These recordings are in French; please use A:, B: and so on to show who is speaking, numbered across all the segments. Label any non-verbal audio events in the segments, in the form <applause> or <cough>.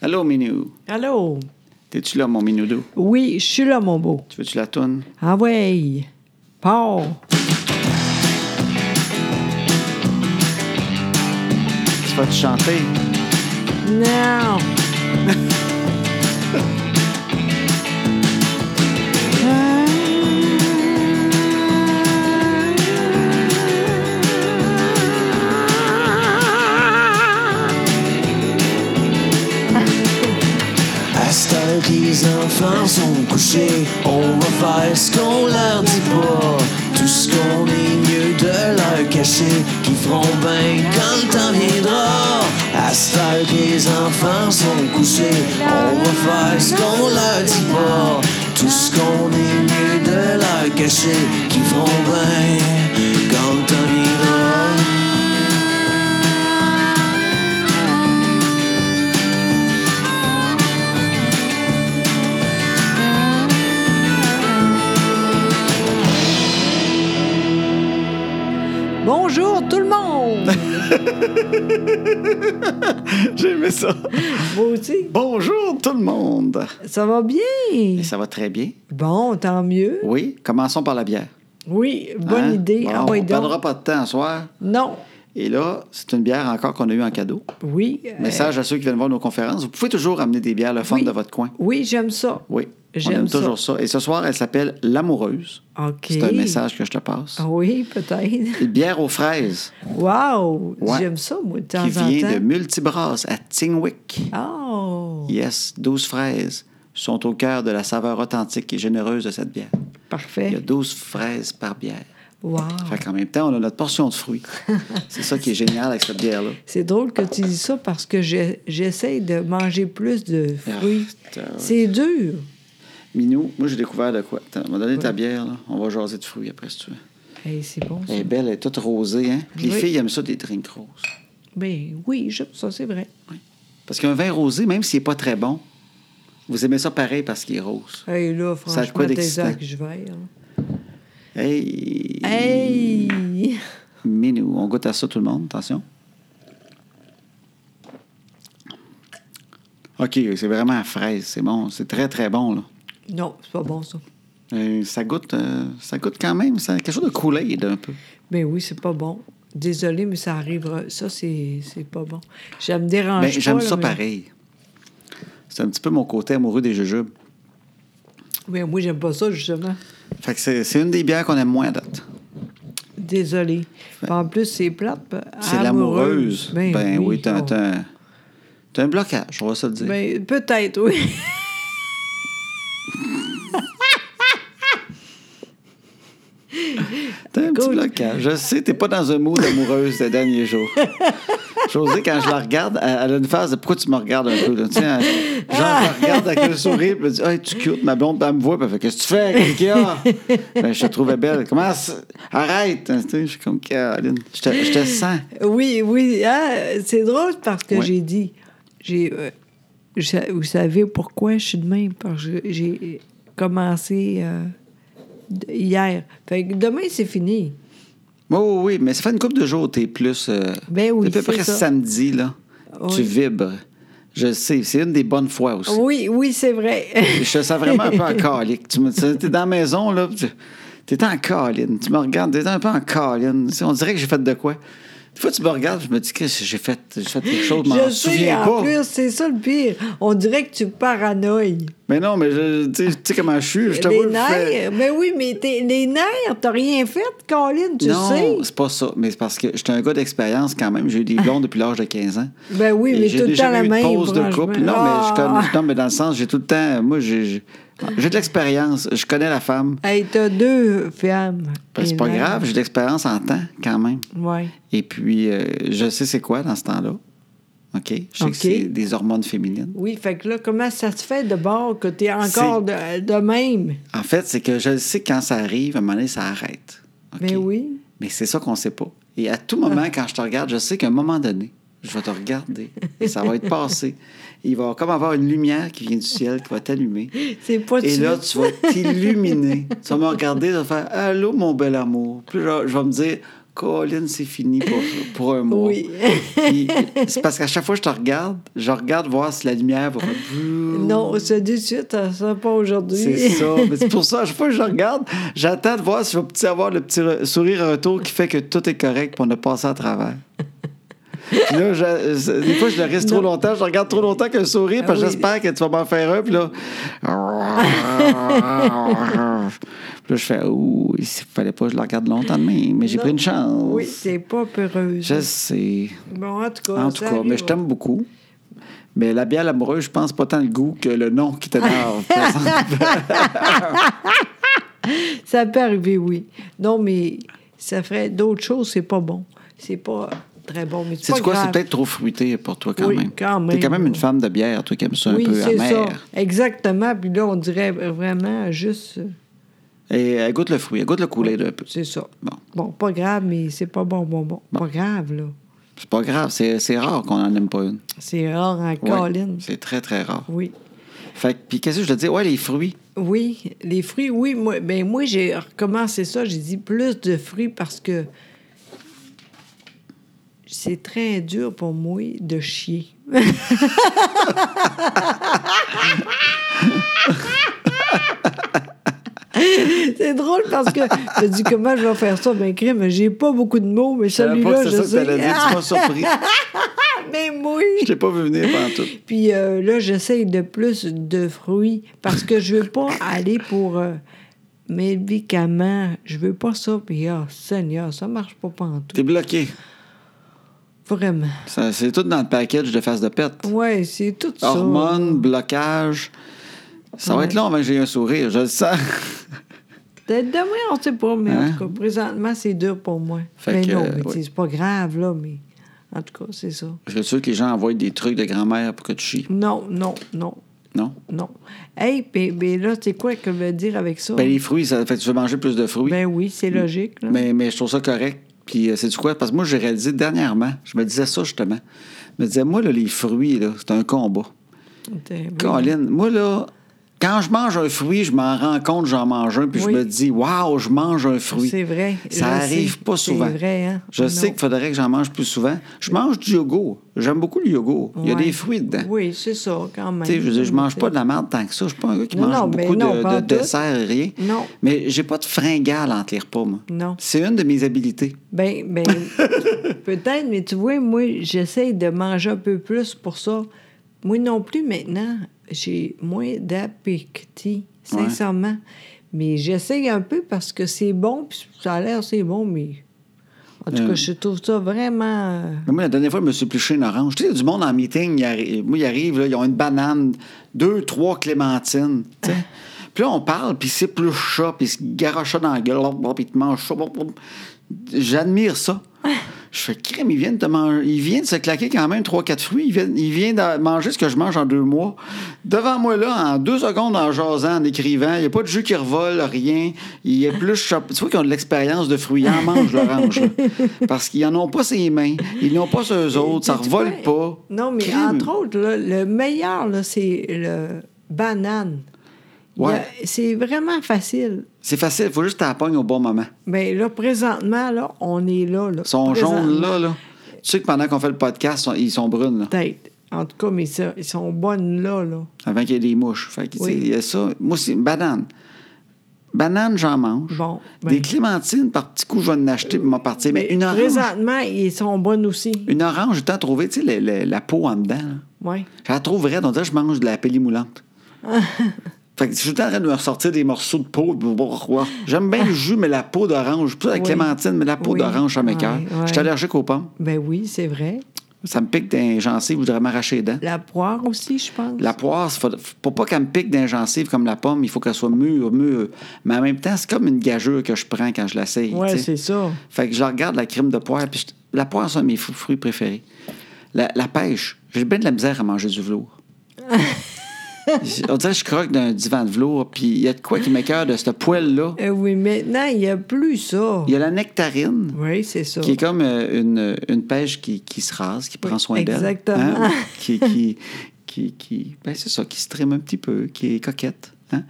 A: Allô, Minou.
B: Allô?
A: T'es-tu là, mon Minoudou?
B: Oui, je suis là, mon beau.
A: Tu veux-tu la toune?
B: Ah ouais! Pars!
A: Tu vas-tu chanter?
B: Non!
C: À cette heure que les enfants sont couchés, on va faire ce qu'on leur dit pas. Tout ce qu'on est mieux de leur cacher, qui feront bien quand le temps viendra. À cette heure que les enfants sont couchés, on va faire ce qu'on leur dit pas. Tout ce qu'on est mieux de leur cacher, qui feront bien quand le temps viendra.
B: Bonjour tout le <laughs> monde!
A: J'aimais ça.
B: Moi aussi.
A: Bonjour, tout le monde.
B: Ça va bien?
A: Et ça va très bien?
B: Bon, tant mieux.
A: Oui. Commençons par la bière.
B: Oui, bonne
A: Hein?
B: idée.
A: Bon,
B: ah ouais,
A: on ne
B: donc.
A: perdra pas de temps ce soir.
B: Non.
A: Et là, c'est une bière encore qu'on a eue en cadeau.
B: Oui. euh,
A: Message à ceux qui viennent voir nos conférences. Vous pouvez toujours amener des bières le fun
B: Oui.
A: de votre coin.
B: Oui, j'aime ça.
A: Oui. On
B: J'aime
A: aime
B: ça.
A: toujours ça. Et ce soir, elle s'appelle L'Amoureuse.
B: OK.
A: C'est un message que je te passe.
B: Ah Oui, peut-être.
A: Une bière aux fraises
B: Wow!
A: Ouais.
B: J'aime ça, moi, de temps
A: qui
B: en
A: vient de
B: temps.
A: Multibrasse à Tingwick.
B: Oh!
A: Yes, 12 fraises sont au cœur de la saveur authentique et généreuse de cette bière. Il y a
B: Parfait.
A: 12 fraises par bière.
B: Wow!
A: Fait qu'en même temps, on a notre portion de fruits. C'est ça qui est génial avec cette bière-là.
B: C'est drôle que tu dis ça parce que j'ai- j'essaie de manger plus de fruits.
A: Ah, putain.
B: C'est dur.
A: Minou, moi, j'ai découvert de quoi. Attends, on va donner ta bière, là. On va jaser de fruits après, si tu veux.
B: Hey, Eh, c'est bon. ça.
A: Elle est belle, elle est toute rosée, hein? Puis Les
B: Oui.
A: filles aiment ça, des drinks roses.
B: Ben oui, j'aime ça, c'est vrai.
A: Parce qu'un vin rosé, même s'il n'est pas très bon, vous aimez ça pareil parce qu'il est rose.
B: Hey, Eh, là,
A: Ça a de quoi
B: franchement, t'es
A: d'excitant.
B: heures que je vais. hein.
A: Hey!
B: Hey!
A: Minou, on goûte à ça, tout le monde. Attention. OK, c'est vraiment à fraise. C'est bon. C'est très, très bon, là.
B: Non, c'est pas bon, ça.
A: Euh, ça goûte, euh, ça goûte quand même. Ça, quelque chose de coulé un peu.
B: Ben oui, c'est pas bon. Désolée, mais ça arrivera. Ça, c'est c'est pas bon. Ça me dérange
A: Ben,
B: Ah, pas,
A: j'aime
B: là,
A: ça
B: mais-
A: pareil. C'est un petit peu mon côté amoureux des jujubes.
B: Mais moi, j'aime pas ça, justement.
A: Fait que c'est, c'est une des bières qu'on aime moins à date.
B: Désolée. En plus, c'est plate. ben,
A: C'est l'amoureuse.
B: Ben, oui,
A: t'as,
B: on-
A: t'as un, t'as un blocage, on va se le dire.
B: Ben, peut-être, oui.
A: t'as un petit
B: cool.
A: blocage. Je sais, t'es pas dans un mood amoureuse ces derniers
B: <laughs>
A: jours. Josée, quand je la regarde, elle, elle a une phase de pourquoi tu me regardes un peu. Là? Tu sais, elle- genre,
B: Ah!
A: je la regarde avec un sourire, puis elle dit Hey, tu cute, ma blonde, puis elle me voit, puis elle fait Qu'est-ce que tu fais, Kékia ben, Je te trouvais belle. Comment ça- Arrête Tu sais, Je suis comme Caroline. Je te, je te sens.
B: Oui, oui. Ah, c'est drôle parce que
A: Ouais.
B: j'ai dit. J'ai, euh, je sa- vous savez pourquoi je suis de même? Parce que j'ai commencé euh, d- hier. Fait que demain, c'est fini.
A: Oui, oui, oui, mais ça fait une couple de jours, t'es plus. euh,
B: Ben oui,
A: t'es à peu
B: c'est
A: près
B: ça.
A: samedi, là.
B: Oui.
A: Tu vibres. Je le sais, c'est une des bonnes fois aussi.
B: Oui, oui, c'est vrai.
A: Je te sens vraiment un peu en calique. Tu me- tu- t'es dans la maison, là. pis tu- T'es en caline. Tu me regardes, t'es un peu en caline. Tu sais, On dirait que j'ai fait de quoi? Des fois, tu me regardes, je me dis, Qu'est-ce que j'ai fait, j'ai fait quelque chose, je m'en
B: <laughs> je sais,
A: souviens
B: en
A: pas.
B: plus, c'est ça le pire. On dirait que tu paranoïes.
A: Mais non, mais je, tu sais- tu sais comment je suis, je te
B: les
A: vois.
B: nerfs, mais oui, mais t'es- les nerfs, t'as rien fait, Colin, tu sais.
A: Non, c'est pas ça. Mais c'est parce que j'étais un gars d'expérience quand même. J'ai eu des blondes depuis l'âge de 15 ans.
B: Ben oui,
A: Et
B: mais
A: j'ai
B: tout le
A: déjà
B: temps la
A: eu
B: même,
A: Une pause de couple.
B: franchement.
A: Non, mais je
B: Ah!
A: connais- non, mais dans le sens, j'ai tout le temps. Moi, j'ai j'ai- j'ai de l'expérience. Je connais la femme.
B: Ah! Hey, t'as deux femmes.
A: Ben, c'est pas
B: Les nerfs.
A: grave, j'ai de l'expérience en temps quand même.
B: Ouais.
A: Et puis, euh, je sais c'est quoi dans ce temps-là. OK? Je sais
B: OK.
A: que c'est des hormones féminines.
B: Oui, fait que là, comment ça se fait de bord que t'es encore de, de même?
A: En fait, c'est que je le sais quand ça arrive, à un moment donné, ça arrête. OK?
B: Ben oui. Ah.
A: Mais c'est ça qu'on sait pas. Et à tout moment, quand je te regarde, je sais qu'à un moment donné, je vais te regarder et ça va être passé. Et il va comme avoir une lumière qui vient du ciel qui va t'allumer.
B: C'est pas
A: Et
B: tu-
A: là, tu vas t'illuminer. tu vas me regarder, tu vas faire Allô, mon bel amour. Puis là, je vais me dire Colin, c'est fini pour, pour un mois.
B: Oui.
A: Puis, c'est parce qu'à chaque fois que je te regarde, je regarde voir si la lumière va. faire-
B: Non, ça dit de suite, ça sera pas aujourd'hui.
A: C'est
B: <laughs>
A: ça. Mais c'est pour ça, à chaque fois que je regarde, j'attends de voir si je vais petit avoir le petit re- sourire retour qui fait que tout est correct pour ne passer à
B: <laughs>
A: travers. Puis là, je- euh, des fois, je le reste trop longtemps. Je regarde trop longtemps qu'un sourire, parce que
B: Ah oui.
A: j'espère que tu vas m'en faire un. Puis
B: <laughs>
A: là, puis là je fais, ouh, il fallait pas que je le regarde longtemps de même, mais j'ai
B: Non.
A: pris une chance.
B: Oui, c'est pas peureuse.
A: Je sais.
B: Bon, en tout cas,
A: En tout
B: ça
A: cas, mais
B: arrive.
A: je t'aime beaucoup. Mais la bière amoureuse, je pense pas tant le goût que le nom qui
B: <laughs>
A: t'énerve. présentement.
B: Ça peut arriver, oui. Non, mais ça ferait d'autres choses, c'est pas bon. C'est pas très bon. Mais
A: C'est
B: pas
A: quoi?
B: grave.
A: C'est peut-être trop fruité pour toi quand
B: Oui,
A: même.
B: quand même.
A: T'es quand même une femme de bière, toi qui aimes ça un
B: oui,
A: peu
B: c'est ça.
A: amer.
B: Exactement. Puis là, on dirait vraiment juste. euh,
A: Et elle goûte le fruit, elle goûte le coulet un peu.
B: C'est ça.
A: Bon.
B: pas grave, mais c'est pas bon, bon, bon. Pas grave, là.
A: C'est pas grave, c'est c'est rare qu'on en aime pas une.
B: C'est rare en
A: Ouais,
B: colline.
A: C'est très, très rare.
B: Oui.
A: Fait que, puis qu'est-ce que je te dis? Ouais, les fruits.
B: Oui, les fruits, oui. Moi, ben moi j'ai recommencé ça. J'ai dit plus de fruits parce que c'est très dur pour moi de chier. <laughs> c'est drôle parce que je me dis comment je vais faire ça, ben crime, j'ai pas beaucoup de mots, mais
A: savais
B: celui-là,
A: Euh, que
B: je
A: c'est ça que t'allais
B: sais.
A: dire. Tu m'as surpris.
B: <laughs> Ah, mais moi!
A: Je l'ai pas vu venir pendant tout.
B: Puis euh, là, j'essaye de plus de fruits parce que je veux pas aller pour euh, mes médicaments. Je veux pas ça. Puis, ah, Seigneur, ça marche pas pantoute.
A: T'es bloqué.
B: Vraiment.
A: Ça- C'est tout dans le package de face de pète.
B: Ouais, c'est tout ça.
A: Hormones, blocage. Ça va
B: Ouais.
A: être long avant que j'ai un sourire, je le
B: <laughs>
A: sens.
B: Peut-être demain, on sait pas, mais en
A: Hein?
B: tout cas, présentement, c'est dur pour moi.
A: Fait
B: mais
A: que,
B: non,
A: euh,
B: mais
A: ouais.
B: c'est pas grave, là, mais en tout cas, c'est ça.
A: Je suis sûr que les gens envoient des trucs de grand-mère pour que tu chies,
B: Non, non, non,
A: non?
B: non. Hey, ben, ben là, c'est quoi que veut dire avec ça?
A: Ben,
B: Ben,
A: les fruits, ça fait que tu veux manger plus de fruits.
B: oui, c'est logique. Là.
A: Mais, mais je trouve ça correct. Puis, c'est du quoi? Parce que moi, j'ai réalisé dernièrement, je me disais ça justement. Je me disais, moi, là, les fruits, là, c'est un combat.
B: Ben oui.
A: Colline, moi, là, quand je mange un fruit, je m'en rends compte, j'en mange un, puis
B: Oui.
A: je me dis, waouh, je mange un fruit.
B: C'est vrai.
A: Ça
B: Je
A: arrive
B: sais.
A: pas souvent.
B: C'est vrai, hein?
A: Je
B: Non.
A: sais qu'il faudrait que j'en mange plus souvent. Je mange du yogourt. J'aime beaucoup le yogourt. Il y a
B: Ouais.
A: des fruits dedans.
B: Oui, c'est ça, quand même.
A: Tu sais, je veux dire, je mange pas de la merde tant que ça. Je suis pas un gars qui
B: Non,
A: mange
B: non, mais
A: beaucoup
B: non,
A: de,
B: pas en
A: de
B: tout.
A: desserts et rien.
B: Non.
A: Mais j'ai pas de fringale entre les repas, moi.
B: Non.
A: C'est une de mes habiletés.
B: Ben,
A: <laughs>
B: ben, peut-être, mais tu vois, moi, j'essaie de manger un peu plus pour ça. Moi non plus, maintenant, j'ai moins d'appétit, sincèrement. Mais j'essaie un peu parce que c'est bon, puis ça a l'air, c'est bon, mais... En tout cas,
A: Euh.
B: je trouve ça vraiment... euh,
A: Mais moi, la dernière fois, je me suis épluché une orange. Tu sais, il y a du monde en meeting, ils arri- moi, ils arrivent, là, ils ont une banane, deux, trois clémentines. tu sais. Puis là, on parle, puis ils s'épluchent ça, puis ils se garochent ça dans la gueule, puis ils te mangent ça. J'admire ça. Je fais crème, ils viennent de manger. Ils viennent de se claquer quand même trois, quatre fruits. Ils viennent, ils viennent de manger ce que je mange en deux mois. Devant moi, là, en deux secondes, en jasant, en écrivant, il n'y a pas de jus qui revole, rien. Il y a plus. chop- Tu vois qu'ils ont de l'expérience de fruits. Ils en mangent l'orange,
B: <laughs>
A: là. Parce qu'ils n'en ont pas ses mains. Ils n'ont pas ceux autres. Oh, Ça
B: Tu- tu
A: revole
B: vois,
A: pas.
B: euh, Non, mais
A: Crime.
B: entre autres, là, le meilleur, là, c'est le banane. Il y a-
A: Ouais.
B: C'est vraiment facile.
A: C'est facile. Il faut juste que tu la pognes au bon moment.
B: Mais là, présentement, là, on est là. là.
A: Ils sont jaunes,
B: Présentement.
A: là, là. Tu sais que pendant qu'on fait le podcast, ils sont brunes, là.
B: Peut-être. En tout cas, mais ça, ils sont bonnes là, là.
A: Avant qu'il y ait des mouches. Fait que, tu sais,
B: Oui.
A: il y a ça. Moi, c'est une banane. Banane, j'en mange.
B: Bon, ben.
A: Des clémentines, par petits coups, je vais en acheter pour m'en partir. Mais une orange,
B: Présentement, ils sont bonnes aussi.
A: une orange, j'ai tant trouvé, tu sais, le- le- la peau en dedans. là.
B: Oui.
A: Je la trouve raide. On dirait que je mange de la pellie
B: <laughs>
A: moulante. fait que je suis tout le temps en train de me ressortir des morceaux de peau. de- pourquoi. J'aime bien le jus, mais la peau d'orange. Plus la
B: Oui.
A: clémentine, mais la peau
B: Oui.
A: d'orange, ça m'écoeure.
B: Ouais,
A: Je
B: ouais.
A: suis allergique aux pommes.
B: Ben oui, c'est vrai.
A: Ça me pique d'un gencive, je voudrais m'arracher les dents.
B: La poire aussi, je pense.
A: La poire, c'est faut, pour pas qu'elle me pique d'un gencive comme la pomme, il faut qu'elle soit mûre, mûre. Mais en même temps, c'est comme une gageure que je prends quand je l'essaye.
B: Ouais,
A: tu sais.
B: c'est ça.
A: Fait que je regarde la crème de poire, puis je- la poire, c'est un de mes fru- fruits préférés. La, la pêche, j'ai bien de la misère à manger du velours. Je- On dirait que je croque d'un divan de velours, puis il y a de quoi qui m'écœure de ce poêle-là.
B: Euh, oui, maintenant, il n'y a plus ça.
A: Il y a la nectarine,
B: Oui, c'est ça.
A: qui est comme euh, une, une pêche qui, qui se rase, qui prend soin d'elle.
B: exactement.
A: Hein? Qui, qui, qui, qui- ben, c'est ça, qui se trime un petit peu, qui est coquette. temps.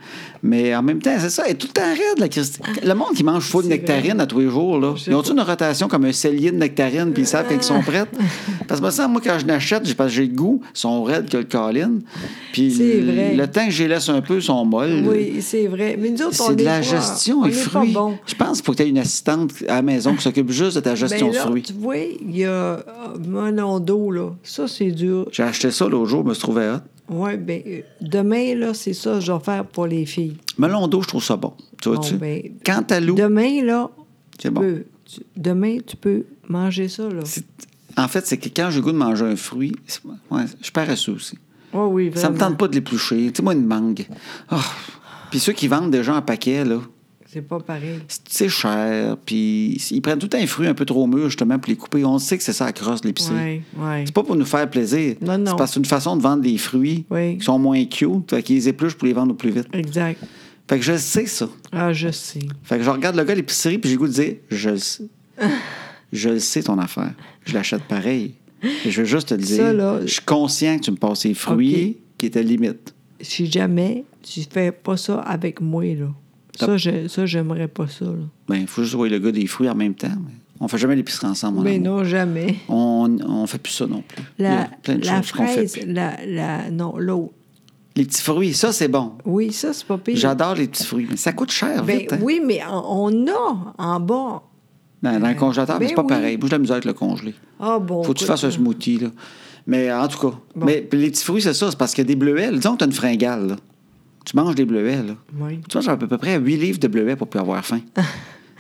A: Mais en même temps, c'est ça, elle est tout le temps raide, la Christi. Le monde qui mange full de
B: C'est
A: nectarines à tous les jours, là,
B: Je sais
A: ils ont-tu
B: pas.
A: une rotation comme un cellier de nectarines, puis ils savent quand ils sont prêtes? Parce que ça, moi, quand je n'achète, j'ai- parce que j'ai le goût, ils sont raides que le colline. Puis
B: C'est vrai.
A: le temps que j'y laisse un peu, ils sont molles.
B: Oui, c'est vrai. Mais nous autres, on
A: C'est de
B: est
A: la
B: pas-
A: gestion
B: on
A: et
B: est pas
A: fruits.
B: bon.
A: Je pense qu'il faut que tu aies une assistante à la maison qui s'occupe juste de ta gestion
B: Ben là,
A: fruits.
B: Tu vois, il y a euh, Monondo, là. Ça, c'est dur.
A: J'ai acheté ça l'autre jour, je me suis trouvé hot.
B: Oui, bien, demain, là, c'est ça que je vais faire pour les filles.
A: Melon d'eau, je trouve ça bon. Tu vois-tu?
B: Bon, ben,
A: Cantaloupe,
B: Demain, là,
A: c'est
B: tu
A: bon.
B: peux- tu- demain, tu peux manger ça, là.
A: C'est- En fait, c'est que quand j'ai le goût de manger un fruit, c'est- ouais, je suis paresseux aussi.
B: Oui, Oh oui,
A: Ça me
B: vraiment.
A: tente pas de l'éplucher. Tu sais, moi, une mangue. Ah. Puis ceux qui vendent déjà en paquet, là,
B: C'est pas pareil.
A: c'est- c'est cher. Puis ils prennent tout le temps un fruit un peu trop mûr, justement, pour les couper. On sait que c'est ça la crosse, l'épicé.
B: Oui, oui.
A: C'est pas pour nous faire plaisir.
B: Non, non.
A: C'est parce que c'est une façon de vendre des fruits
B: Oui.
A: qui sont moins cute, fait qu'ils les épluchent pour les vendre au plus vite.
B: Exact.
A: Fait que je sais ça.
B: Ah, je sais.
A: Fait que je regarde le gars à l'épicerie, puis j'ai le goût de dire Je le
B: <laughs>
A: sais. je le sais, ton affaire. Je l'achète pareil. Et je veux juste te le dire.
B: Ça, là-
A: je suis conscient que tu me passes les fruits qui étaient limite.
B: Si jamais tu fais pas ça avec moi, là. Ça, je, ça, j'aimerais pas ça, là.
A: Ben, il faut juste voir le gars des fruits en même temps. mais On fait jamais l'épicerie ensemble, mon
B: Mais
A: amour.
B: Ben non, jamais.
A: On, on fait plus ça non plus. il y a
B: La,
A: plein de
B: la
A: choses qu'on fait
B: fraise,
A: plus.
B: la, la, non, l'eau.
A: Les petits fruits, ça, c'est bon.
B: Oui, ça, c'est pas pire.
A: J'adore les petits fruits, mais ça coûte cher,
B: Ben,
A: vite. hein.
B: Oui, mais on, on a en bas.
A: Dans, dans le congélateur, mais
B: ben
A: c'est pas
B: oui.
A: pareil. Bouge la misère avec le congelé.
B: Ah bon.
A: Faut que tu
B: écoute,
A: fasses un smoothie, là. Mais en tout cas, mais puis les petits fruits, c'est ça. C'est parce qu'il y a des bleuets. Disons que tu as une fringale, là. Tu manges des bleuets, là.
B: Oui.
A: Tu manges à peu près 8 livres de bleuets pour plus avoir
B: <laughs>
A: faim. tu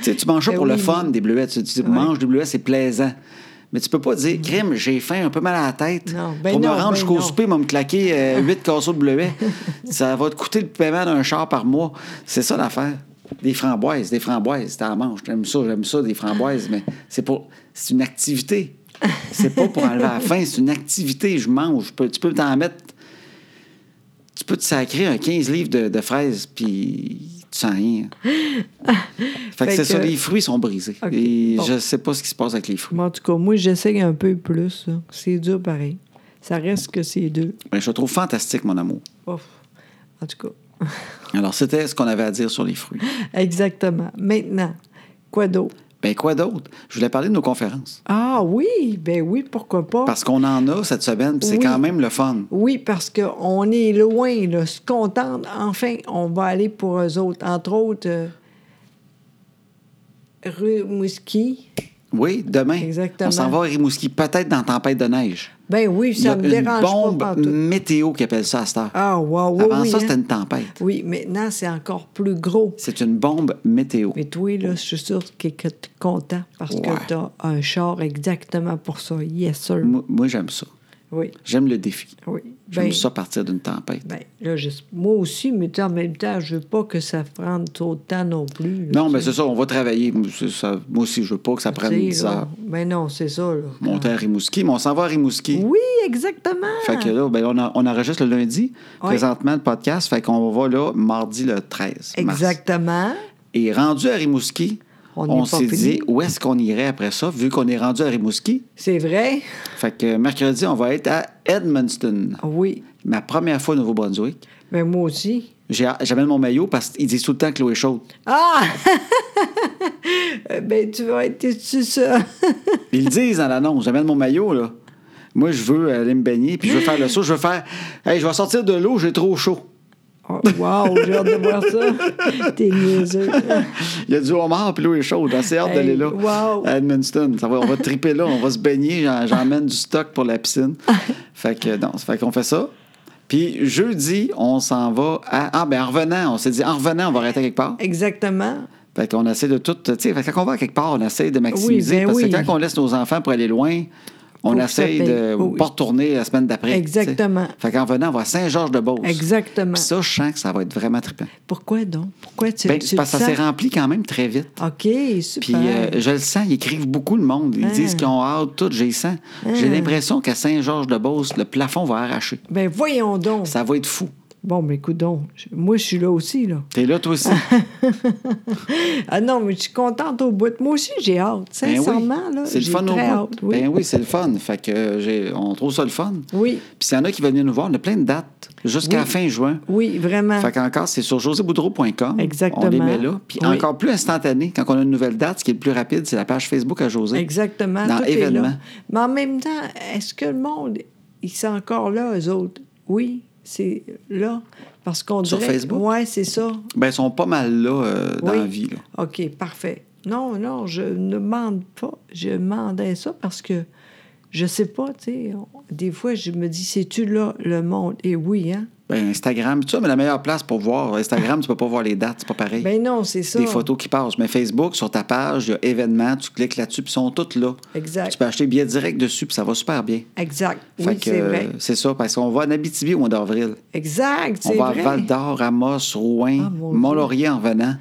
A: sais, tu manges ça
B: Ben
A: pour le
B: oui.
A: fun, des bleuets. Tu, tu manges des bleuets, c'est plaisant. Mais tu peux pas dire, crime, j'ai faim, un peu mal à la tête.
B: Mm. Non, ben
A: pour me
B: non,
A: rendre
B: ben
A: jusqu'au
B: non.
A: souper, me claquer
B: <laughs>
A: 8 casseaux de bleuets. ça va te coûter le paiement d'un char par mois. C'est ça l'affaire. Des framboises, des framboises, t'en manges. J'aime ça, j'aime ça, des framboises, mais c'est pour. C'est une activité. C'est pas pour enlever la faim, c'est une activité. Je mange. Je peux- tu peux t'en mettre tu peux te sacrer un 15 livres de, de fraises, puis tu sens
B: <laughs>
A: rien. fait que
B: Fait
A: c'est ça,
B: que-
A: les fruits sont brisés.
B: Ok,
A: Et
B: bon.
A: je sais pas ce qui se passe avec les fruits.
B: Bon, en tout cas, moi, j'essaye un peu plus. là. C'est dur pareil. Ça reste que c'est deux.
A: Mais Ben, je le trouve fantastique, mon amour.
B: Ouf. En tout cas, <laughs>
A: Alors, c'était ce qu'on avait à dire sur les fruits.
B: exactement. Maintenant, quoi d'autre?
A: Ben, quoi d'autre? Je voulais parler de nos conférences.
B: Ah oui, ben oui, pourquoi pas?
A: Parce qu'on en a cette semaine, puis c'est
B: Oui.
A: quand même le fun.
B: Oui, parce qu'on est loin, là, se contente. Enfin, on va aller pour eux autres. Entre autres, euh, rue Mouski.
A: Oui, demain.
B: Exactement.
A: On s'en va à Rimouski, peut-être dans tempête de neige.
B: Ben oui,
A: Il y a
B: ça me
A: une
B: dérange
A: bombe
B: pas partout.
A: météo qui appelle ça à cette heure.
B: Ah, wow, wow,
A: Avant
B: oui,
A: ça,
B: hein.
A: c'était une tempête.
B: Oui, maintenant, c'est encore plus gros.
A: C'est une bombe météo.
B: Mais toi, là, je suis sûre que tu es content parce
A: Ouais.
B: que tu as un char exactement pour ça. Yes, sir.
A: Moi, moi, j'aime ça.
B: Oui,
A: J'aime le défi.
B: oui.
A: J'aime
B: Ben,
A: ça partir d'une tempête.
B: ben, là, je- moi aussi, mais tu sais, en même temps, je veux pas que ça prenne trop de temps non plus. là,
A: non, mais
B: tu sais.
A: c'est ça, on va travailler. C'est ça. moi aussi, je veux pas que ça prenne
B: Tu sais,
A: 10
B: là.
A: heures.
B: Ben non, c'est ça, là. Ah.
A: Monter à Rimouski, mais on s'en va à Rimouski.
B: Oui, exactement.
A: Fait que là, ben, on, a- on enregistre le lundi,
B: Oui.
A: présentement, le podcast. Fait qu'on va là mardi le 13 mars.
B: exactement.
A: Et rendu à Rimouski,
B: On
A: on,
B: n'est pas
A: s'est
B: fini.
A: dit où est-ce qu'on irait après ça, vu qu'on est rendu à Rimouski.
B: C'est vrai.
A: Fait que mercredi, on va être à Edmundston.
B: Oui.
A: Ma première fois au Nouveau-Brunswick.
B: Ben moi aussi.
A: J'ai- J'amène mon maillot parce qu'ils disent tout le temps que l'eau est chaude.
B: Ah! <laughs> ben tu vas être tu ça. <laughs>
A: Ils le disent dans l'annonce, j'amène mon maillot, là. Moi, je veux aller me baigner, puis je veux faire le saut, je veux faire. Hey, je vais sortir de l'eau, j'ai trop chaud.
B: Oh, wow, j'ai hâte de voir ça. T'es niaiseux.
A: Il y a du homard, puis l'eau est chaude. J'ai assez hâte
B: Hey,
A: d'aller là.
B: wow.
A: À Edmundston. Ça va, on va triper là, on va se baigner, j'en- j'emmène du stock pour la
B: <laughs>
A: piscine. Fait que non, fait qu'on fait ça. Puis jeudi, on s'en va à. Ah, ben en revenant, on s'est dit, en revenant, on va arrêter quelque part.
B: Exactement.
A: Fait qu'on essaie de tout. Tu sais, fait que quand on va à quelque part, on essaie de maximiser.
B: Oui, ben
A: parce que
B: oui.
A: quand on laisse nos enfants pour aller loin, on
B: Faut que ça
A: essaie
B: paye.
A: de
B: Oui.
A: pas retourner la semaine d'après.
B: Exactement.
A: tu sais. Fait qu'en venant, on va à Saint-Georges-de-Beauce.
B: Exactement.
A: Puis ça, je sens que ça va être vraiment trippant.
B: Pourquoi donc? Pourquoi tu,
A: Ben,
B: tu
A: c'est parce que
B: le
A: ça s'est
B: sens?
A: rempli quand même très vite.
B: OK, super.
A: Puis euh, je le sens, ils écrivent beaucoup de monde. Ils disent qu'ils ont hâte, tout, j'ai le sens. J'ai l'impression qu'à Saint-Georges-de-Beauce, le plafond va arracher.
B: Ben voyons donc.
A: Ça va être fou.
B: Bon, ben écoute donc, je- moi je suis là aussi, là.
A: T'es là,
B: <laughs>
A: toi aussi.
B: Ah non, mais je suis contente au bout. Moi aussi, j'ai hâte.
A: Ben oui.
B: Sincèrement, là.
A: C'est le
B: j'ai
A: fun au
B: très
A: bout.
B: hâte, oui.
A: Ben oui, c'est le fun. Fait que euh, j'ai- on trouve ça le fun.
B: Oui.
A: Puis s'il y en a qui veulent venir nous voir, on a plein de dates. Jusqu'à
B: Oui.
A: fin juin.
B: Oui, vraiment.
A: Fait qu'encore, c'est sur joséboudreau.com.
B: Exactement.
A: On les met là. Puis
B: Oui.
A: encore plus instantané, quand on a une nouvelle date, ce qui est le plus rapide, c'est la page Facebook à José.
B: Exactement.
A: Dans
B: tout est
A: événements.
B: là. Mais en même temps, est-ce que le monde, ils sont encore là, eux autres? Oui, c'est là. Parce qu'on
A: Sur
B: dirait-
A: Facebook?
B: Ouais, c'est ça.
A: Ben, ils sont pas mal là euh, dans
B: Oui.
A: la vie. là.
B: OK, parfait. Non, non, je ne demande pas. Je demandais ça parce que je sais pas, tu sais. on- Des fois, je me dis, c'est-tu là, le monde? Et oui, hein?
A: Ben, Instagram, tu sais, mais la meilleure place pour voir euh, Instagram, tu peux pas voir les dates, c'est pas pareil.
B: Ben non, c'est ça.
A: des photos qui passent. Mais Facebook, sur ta page, il y a événements, tu cliques là-dessus, puis ils sont toutes là.
B: Exact.
A: Tu peux acheter billets direct dessus, puis ça va super bien.
B: Exact.
A: Fait
B: oui,
A: que,
B: c'est vrai.
A: euh, C'est ça, parce qu'on va en Abitibi au mois d'avril.
B: Exact,
A: On
B: c'est
A: va
B: vrai.
A: à Val d'Or, Amos, Rouen,
B: Ah, mon Dieu.
A: Mont-Laurier en venant.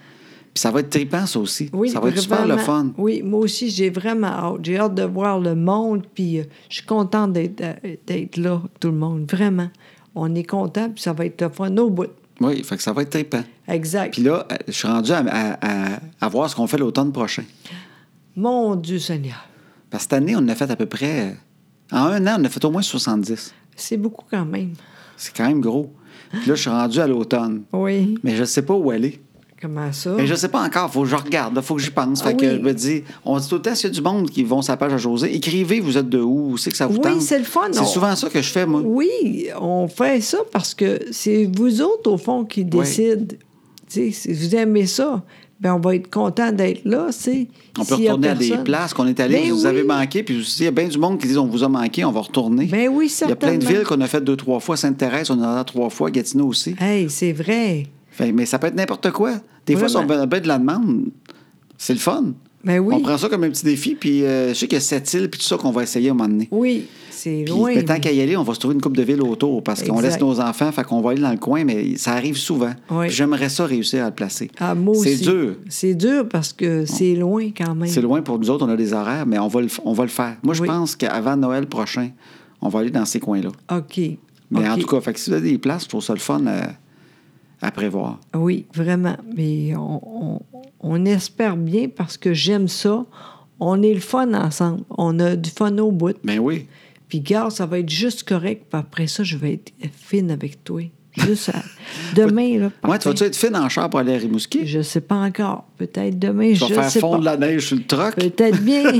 A: Puis ça va être trippant, ça aussi.
B: Oui,
A: ça va être super le
B: vraiment.
A: fun.
B: Oui, moi aussi, j'ai vraiment hâte. J'ai hâte de voir le monde, puis euh, je suis contente d'être euh, d'être là, tout le monde, vraiment. On est content, puis ça va être le fun au bout.
A: Oui, fait que ça va être trippant.
B: Exact.
A: Puis là, euh, je suis rendu à, à- à- à voir ce qu'on fait l'automne prochain.
B: Mon Dieu Seigneur,
A: Parce que cette année, on en a fait à peu près. euh, En un an, on en a fait au moins 70.
B: c'est beaucoup quand même.
A: C'est quand même gros. Puis là, je suis rendu à l'automne.
B: Oui,
A: Mais je sais pas où aller.
B: comment ça?
A: Mais je sais pas encore, faut que je regarde, là, faut que j'y pense. Fait
B: Ah
A: que
B: oui.
A: je me dis, on dit tout le temps, s'il y a du monde qui vont sa page à José, écrivez, vous êtes de où, où c'est que ça vous
B: Oui,
A: tente.
B: c'est le fun,
A: C'est
B: on-
A: souvent ça que je fais, moi.
B: Oui, on fait ça parce que c'est vous autres, au fond, qui décident. Tu sais, Si vous aimez ça, ben on va être content d'être là. tu sais.
A: On peut
B: S'il y a
A: retourner à des
B: personne.
A: places qu'on est allé,
B: Ben
A: vous
B: oui.
A: avez manqué, puis aussi, il y a bien du monde qui dit on vous a manqué, on va retourner.
B: Ben oui,
A: il y a plein de
B: certainement.
A: villes qu'on a faites deux, trois fois. Sainte-Thérèse, on en a trois fois, Gatineau aussi.
B: Hey, c'est vrai.
A: Fait- mais ça peut être n'importe quoi. Des fois, si on
B: Vraiment.
A: a bien de la demande, c'est le fun.
B: Ben oui.
A: On prend ça comme un petit défi, puis euh, je sais qu'il y a sept îles, puis tout ça qu'on va essayer à un moment donné.
B: Oui, c'est
A: Puis,
B: loin.
A: mais tant
B: mais-
A: qu'à y aller, on va se trouver une coupe de ville autour parce qu'on
B: Exact.
A: laisse nos enfants, fait qu'on va aller dans le coin, mais ça arrive souvent.
B: Oui.
A: Puis J'aimerais ça réussir à le placer.
B: Ah, moi
A: c'est
B: aussi.
A: dur.
B: C'est dur parce que c'est loin quand même.
A: C'est loin pour nous autres, on a des horaires, mais on va le, on va le faire. Moi, je
B: Oui.
A: pense qu'avant Noël prochain, on va aller dans ces coins-là.
B: OK.
A: Mais en
B: OK.
A: tout cas, fait que si vous avez des places, je trouve ça le fun à, à prévoir.
B: Oui, vraiment. Mais on, on- on espère bien parce que j'aime ça. On est le fun ensemble. On a du fun au bout.
A: Ben oui.
B: Puis, garde, ça va être juste correct. Puis après ça, je vais être fine avec toi. Juste à-
A: <laughs>
B: demain, là.
A: Moi, tu
B: parfait.
A: vas-tu être fine en char pour aller à Rimouski?
B: Je sais pas encore. Peut-être demain,
A: Tu
B: je
A: vas faire
B: sais pas.
A: fondre la neige sur le troc,
B: Peut-être
A: <laughs>
B: bien.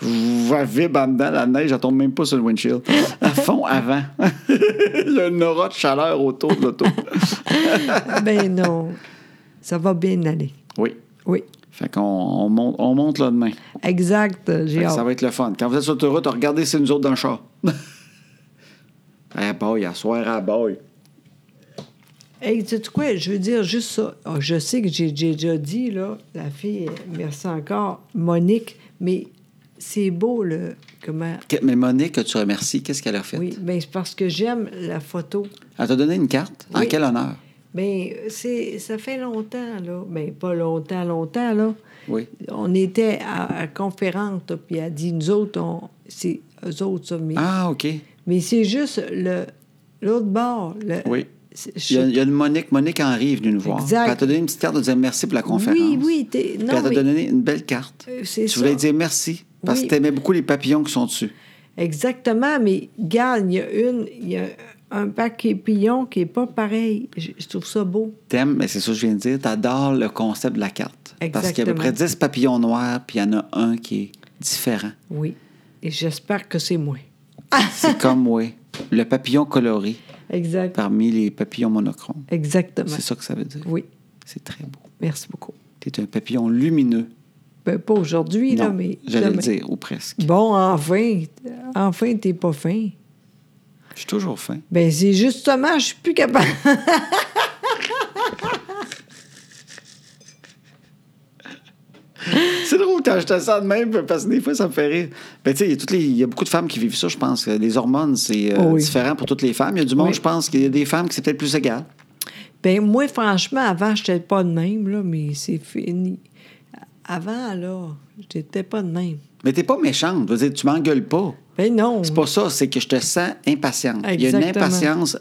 A: vous vivre en dedans, la neige, elle tombe même pas sur le windshield.
B: <laughs>
A: À fond, avant. <laughs> Il y a une aura de chaleur autour de
B: <laughs>
A: l'auto.
B: ben non. Ça va bien aller.
A: oui.
B: Oui.
A: Fait qu'on on monte, on monte là demain.
B: Exact. J'ai
A: Fait que
B: hâte.
A: Ça va être le fun. Quand vous êtes sur l'autoroute, regardez c'est nous autres dans le char. <laughs> Ah boy, à soir, ah boy.
B: Hey, tu sais quoi, je veux dire juste ça. Ah, je sais que j'ai j'ai déjà dit, là, la fille, euh, merci encore, Monique, mais c'est beau, le comment...
A: Que- Mais Monique, que tu remercies, qu'est-ce qu'elle a fait?
B: Oui, ben c'est parce que j'aime la photo.
A: Elle t'a donné une carte? En
B: Oui.
A: quel honneur?
B: Ben, c'est ça fait longtemps, là. Ben, pas longtemps, longtemps, là.
A: Oui.
B: On était à, à conférence, là, puis elle a dit, nous autres, on... c'est eux autres, ça, mais,
A: Ah, OK.
B: mais c'est juste le l'autre bord. Le,
A: Oui.
B: c'est-
A: Il y, a, il y a une Monique, Monique Henry est venue nous voir.
B: Exact.
A: Puis Elle t'a donné une petite carte de dire merci pour la conférence.
B: Oui, oui, t'es-
A: Puis
B: non,
A: elle t'a
B: mais-
A: donné une belle carte.
B: Euh, c'est
A: tu voulais
B: ça.
A: dire merci parce
B: Oui.
A: que t'aimais beaucoup les papillons qui sont dessus.
B: Exactement, mais gagne, il y a une, il y a un paquet pillon qui est pas pareil. Je, je trouve ça beau.
A: T'aimes, mais c'est ça que je viens de dire, t'adores le concept de la carte. Parce qu'il y a à peu
B: Exactement.
A: près 10 papillons noirs, puis il y en a un qui est différent.
B: Oui. Et j'espère que c'est moi.
A: C'est comme, oui, le papillon coloré
B: Exact.
A: parmi les papillons monochromes.
B: Exactement.
A: C'est ça que ça veut dire.
B: Oui.
A: C'est très beau.
B: Merci beaucoup.
A: T'es un papillon lumineux.
B: Ben, pas aujourd'hui, là,
A: Non,
B: mais.
A: j'allais le
B: demain.
A: dire, ou presque.
B: Bon, enfin. Enfin, t'es pas fin.
A: Je suis toujours fin.
B: Ben, c'est justement, je suis plus capable. <laughs>
A: C'est drôle quand je te sens de même, parce que des fois, ça me fait rire. Ben, tu sais, il y a toutes les- il y a beaucoup de femmes qui vivent ça, je pense. Les hormones, c'est euh,
B: Oh oui.
A: différent pour toutes les femmes. Il y a du monde,
B: Oui.
A: je pense, qu'il y a des femmes qui c'est peut-être plus égal.
B: Ben, moi, franchement, avant, j'étais pas de même, là, mais c'est fini. Avant, là, j'étais pas de même.
A: Mais t'es pas méchante. Je veux dire, tu m'engueules pas.
B: Ben, non.
A: C'est pas ça, c'est que je te sens impatiente. Il y a une
B: Exactement.
A: impatience